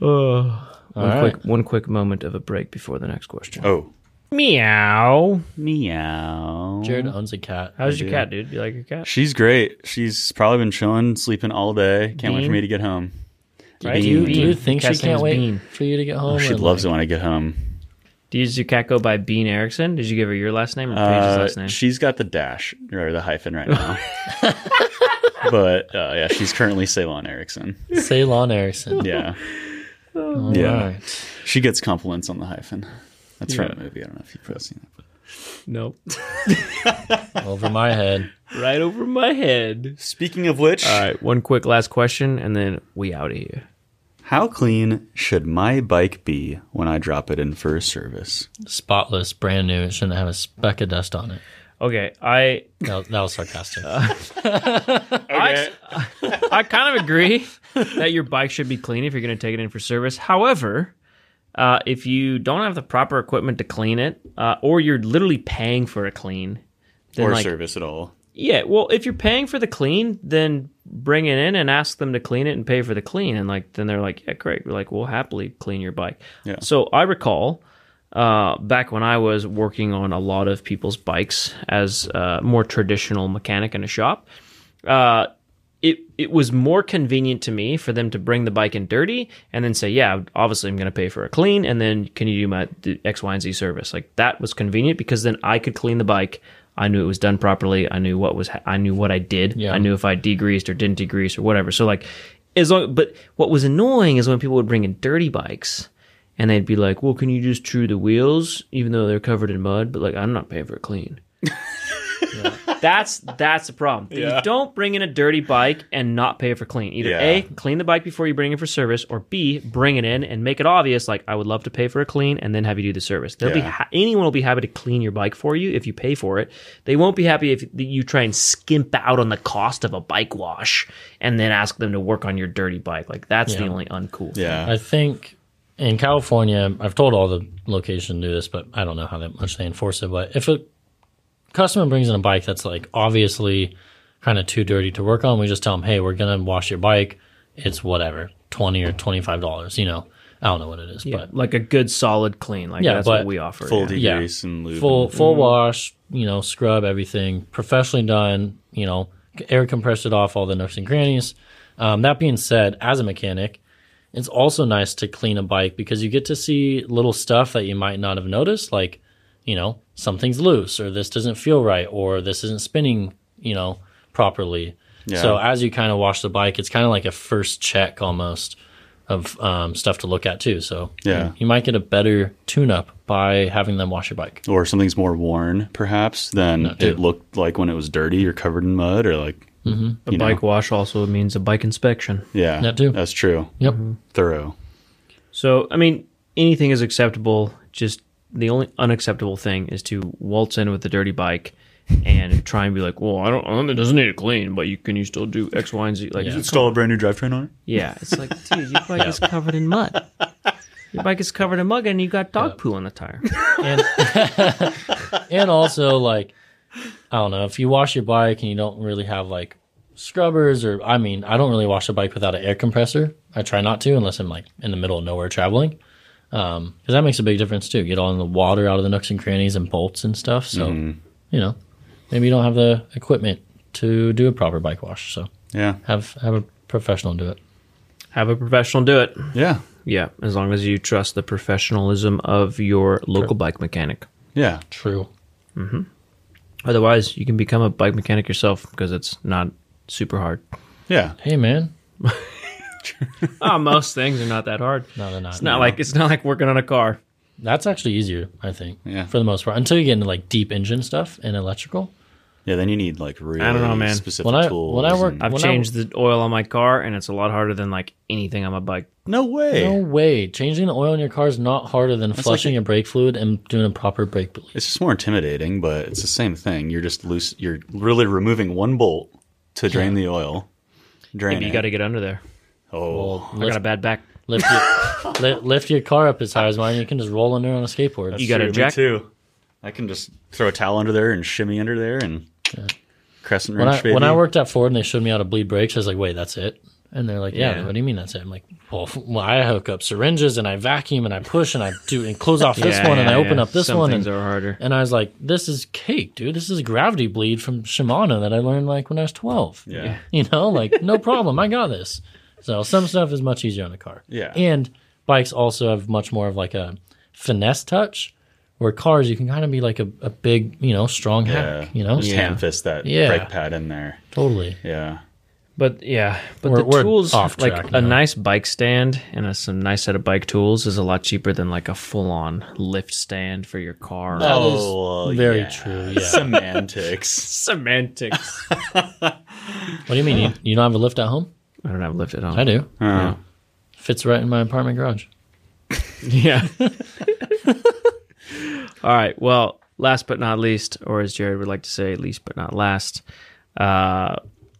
Oh, one All quick right. one quick moment of a break before the next question. Oh. Meow. Meow. Jared owns a cat. How's your cat, dude? You like your cat? She's great. She's probably been chilling, sleeping all day. Can't wait for Bean? me to get home. Right? Do you, do you Bean. think she Cat's name can't is wait Bean. for you to get home? Oh, She or, loves like- it when I get home. Does your cat go by Bean Erickson? Did you give her your last name or Uh, Paige's last name? she's got the dash or the hyphen right now. but uh, yeah, she's currently Ceylon Erickson. Ceylon Erickson. Yeah. All Yeah. right. She gets compliments on the hyphen. That's from a movie. I don't know if you've seen it. nope. Over my head. right over my head. Speaking of which, All right, one quick last question, and then we out of here. how clean should my bike be when I drop it in for a service? Spotless, brand new. It shouldn't have a speck of dust on it. Okay, I That, that was sarcastic. I kind of agree that your bike should be clean if you're going to take it in for service. However, uh, if you don't have the proper equipment to clean it, uh, or you're literally paying for a clean, then or like, service at all. Yeah, well, if you're paying for the clean, then bring it in and ask them to clean it and pay for the clean, and like then they're like, yeah, great, we're like we'll happily clean your bike. Yeah. So I recall uh, back when I was working on a lot of people's bikes as a more traditional mechanic in a shop, uh, it it was more convenient to me for them to bring the bike in dirty and then say, yeah, obviously I'm going to pay for a clean, and then can you do my the X, Y, and Z service? Like that was convenient because then I could clean the bike. I knew it was done properly. I knew what was I knew what I did. Yeah. I knew if I degreased or didn't degrease or whatever. So like, as long but what was annoying is when people would bring in dirty bikes. And they'd be like, "Well, can you just true the wheels, even though they're covered in mud?" But like, I'm not paying for a clean. That's that's the problem. That Yeah. You don't bring in a dirty bike and not pay for clean. Either Yeah. A, clean the bike before you bring it for service, or B, bring it in and make it obvious. Like I would love to pay for a clean and then have you do the service. They'll be Yeah. ha- anyone will be happy to clean your bike for you if you pay for it. They won't be happy if you try and skimp out on the cost of a bike wash and then ask them to work on your dirty bike. Like that's the Yeah. only uncool. thing. Yeah. I think in California, I've told all the location to do this, but I don't know how that much they enforce it. But if a customer brings in a bike that's like obviously kind of too dirty to work on, we just tell them, hey, we're gonna wash your bike. It's whatever, twenty or twenty five dollars. You know, I don't know what it is, Yeah, but like a good solid clean. Like Yeah, that's but what we offer. Full yeah. Yeah. degrease and Mm-hmm. lube. full full wash, you know, scrub everything, professionally done, you know, air compressed it off all the nooks and crannies. Um, that being said, as a mechanic, it's also nice to clean a bike because you get to see little stuff that you might not have noticed, like you know something's loose or this doesn't feel right or this isn't spinning, you know, properly. So as you kind of wash the bike, it's kind of like a first check almost of um, stuff to look at too. So Yeah. you, you might get a better tune up by having them wash your bike. or something's more worn perhaps than too. it looked like when it was dirty or covered in mud or like A bike wash also means a bike inspection. yeah That too. that's true Yep. Mm-hmm. thorough So, I mean, anything is acceptable. Just the only unacceptable thing is to waltz in with a dirty bike and try and be like, "Well, I don't. I don't it doesn't need to clean, but you can you still do X, Y, and Z?" Like, yeah, install a brand new drivetrain on it it's like, dude, your bike is covered in mud. Your bike is covered in mud, and you got dog poo on the tire. And, and also, like, I don't know, if you wash your bike and you don't really have like scrubbers or, I mean, I don't really wash a bike without an air compressor. I try not to unless I'm like in the middle of nowhere traveling. Um, cause that makes a big difference too. Get all the water out of the nooks and crannies and bolts and stuff. So, Mm-hmm. you know, maybe you don't have the equipment to do a proper bike wash. So yeah have, have a professional do it. Have a professional do it. yeah Yeah, as long as you trust the professionalism of your local bike mechanic. yeah True. Otherwise, you can become a bike mechanic yourself because it's not super hard. yeah Hey man. oh, most things are not that hard. No, they're not. It's not like it's not like working on a car. That's actually easier, I think. Yeah. For the most part, until you get into like deep engine stuff and electrical. yeah then you need like really I don't know, man. specific When I- tools when I worked- and- I've When I- changed the oil on my car, and it's a lot harder than like anything on my bike. no way No way. Changing the oil in your car is not harder than like flushing a- your brake fluid and doing a proper brake bleed. it's just more intimidating but it's the same thing you're just loose you're really removing one bolt to drain the oil drain Maybe you it. got to get under there. oh Well, I got lift, a bad back. lift, your, li- lift your car up as high as mine. You can just roll in there on a skateboard. You got a Shoot, me jack- too i can just throw a towel under there and shimmy under there and crescent when, wrench I, baby. when I worked at Ford and they showed me how to bleed brakes, I was like, wait, that's it? And they're like, yeah, Yeah. what do you mean that's it? I'm like, well, f- well, I hook up syringes and I vacuum and I push and I do and close off this one and I open up this Some one. things And, are harder. and I was like, this is cake, dude. This is gravity bleed from Shimano that I learned like when I was 12. yeah You know, like no problem, I got this. So some stuff is much easier on a car. Yeah. And bikes also have much more of like a finesse touch, where cars you can kind of be like a, a big, you know, strong yeah hack. You know, just hand fist that Yeah. brake pad in there totally. Yeah. But yeah, but We're- the we're tools off like track now. a nice bike stand and a, some nice set of bike tools is a lot cheaper than like a full on lift stand for your car. That is Oh, well, very yeah. true. Yeah. Semantics. Semantics. what do you mean? You, you don't have a lift at home? I don't have a lift at home. I do. Oh. Fits right in my apartment garage. Yeah. All right. Well, last but not least, or as Jared would like to say, least but not last. Uh,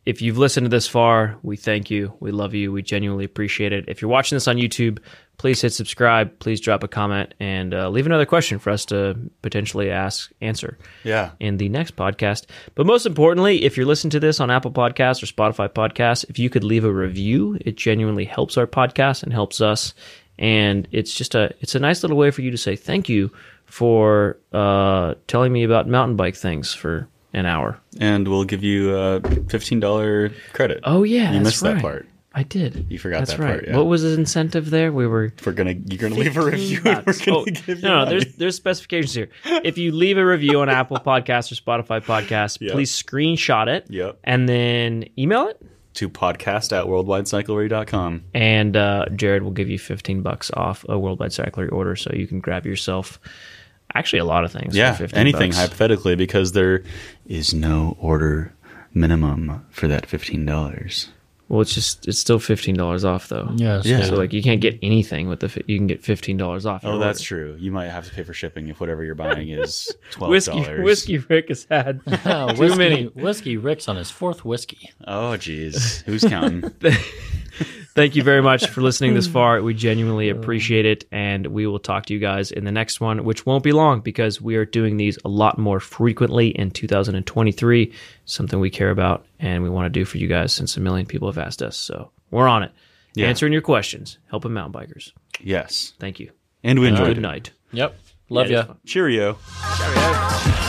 if you've listened to this far, we thank you. We love you. We genuinely appreciate it. If you're watching this on YouTube, please hit subscribe. Please drop a comment and uh, leave another question for us to potentially ask, answer Yeah. in the next podcast. But most importantly, if you're listening to this on Apple Podcasts or Spotify Podcasts, if you could leave a review, it genuinely helps our podcast and helps us. And it's just a it's a nice little way for you to say thank you for uh, telling me about mountain bike things for an hour. and we'll give you a fifteen dollar credit. Oh yeah, you that's missed right. that part. I did. You forgot that's that right. part, yeah. What was his incentive there? We were. If we're gonna, you're gonna leave a review. and We're Bucks. gonna Oh, give you no, no, money. there's there's specifications here. If you leave a review on Apple Podcasts or Spotify Podcasts, Yep. please screenshot it Yep. and then email it, to podcast at worldwidecyclery.com. and uh, Jared will give you fifteen bucks off a worldwide cyclery order, so you can grab yourself actually a lot of things. Yeah, for 15 anything bucks. hypothetically because there is no order minimum for that fifteen dollars. Well, it's just it's still fifteen dollars off though. Yeah, Yeah. So like you can't get anything with the fi- you can get fifteen dollars off. Oh, your that's order. true. You might have to pay for shipping if whatever you're buying is twelve Whiskey, dollars. whiskey Rick has had Yeah, too many. Whiskey Rick's on his fourth whiskey. Oh, jeez, who's counting? Thank you very much for listening this far. We genuinely appreciate it. And we will talk to you guys in the next one, which won't be long because we are doing these a lot more frequently in 2023, something we care about and we want to do for you guys since a million people have asked us. So we're on it. Yeah. Answering your questions, helping mountain bikers. yes, Thank you. and we enjoyed Good it. night. Yep. Love Yeah, ya. it's you. fun. Cheerio.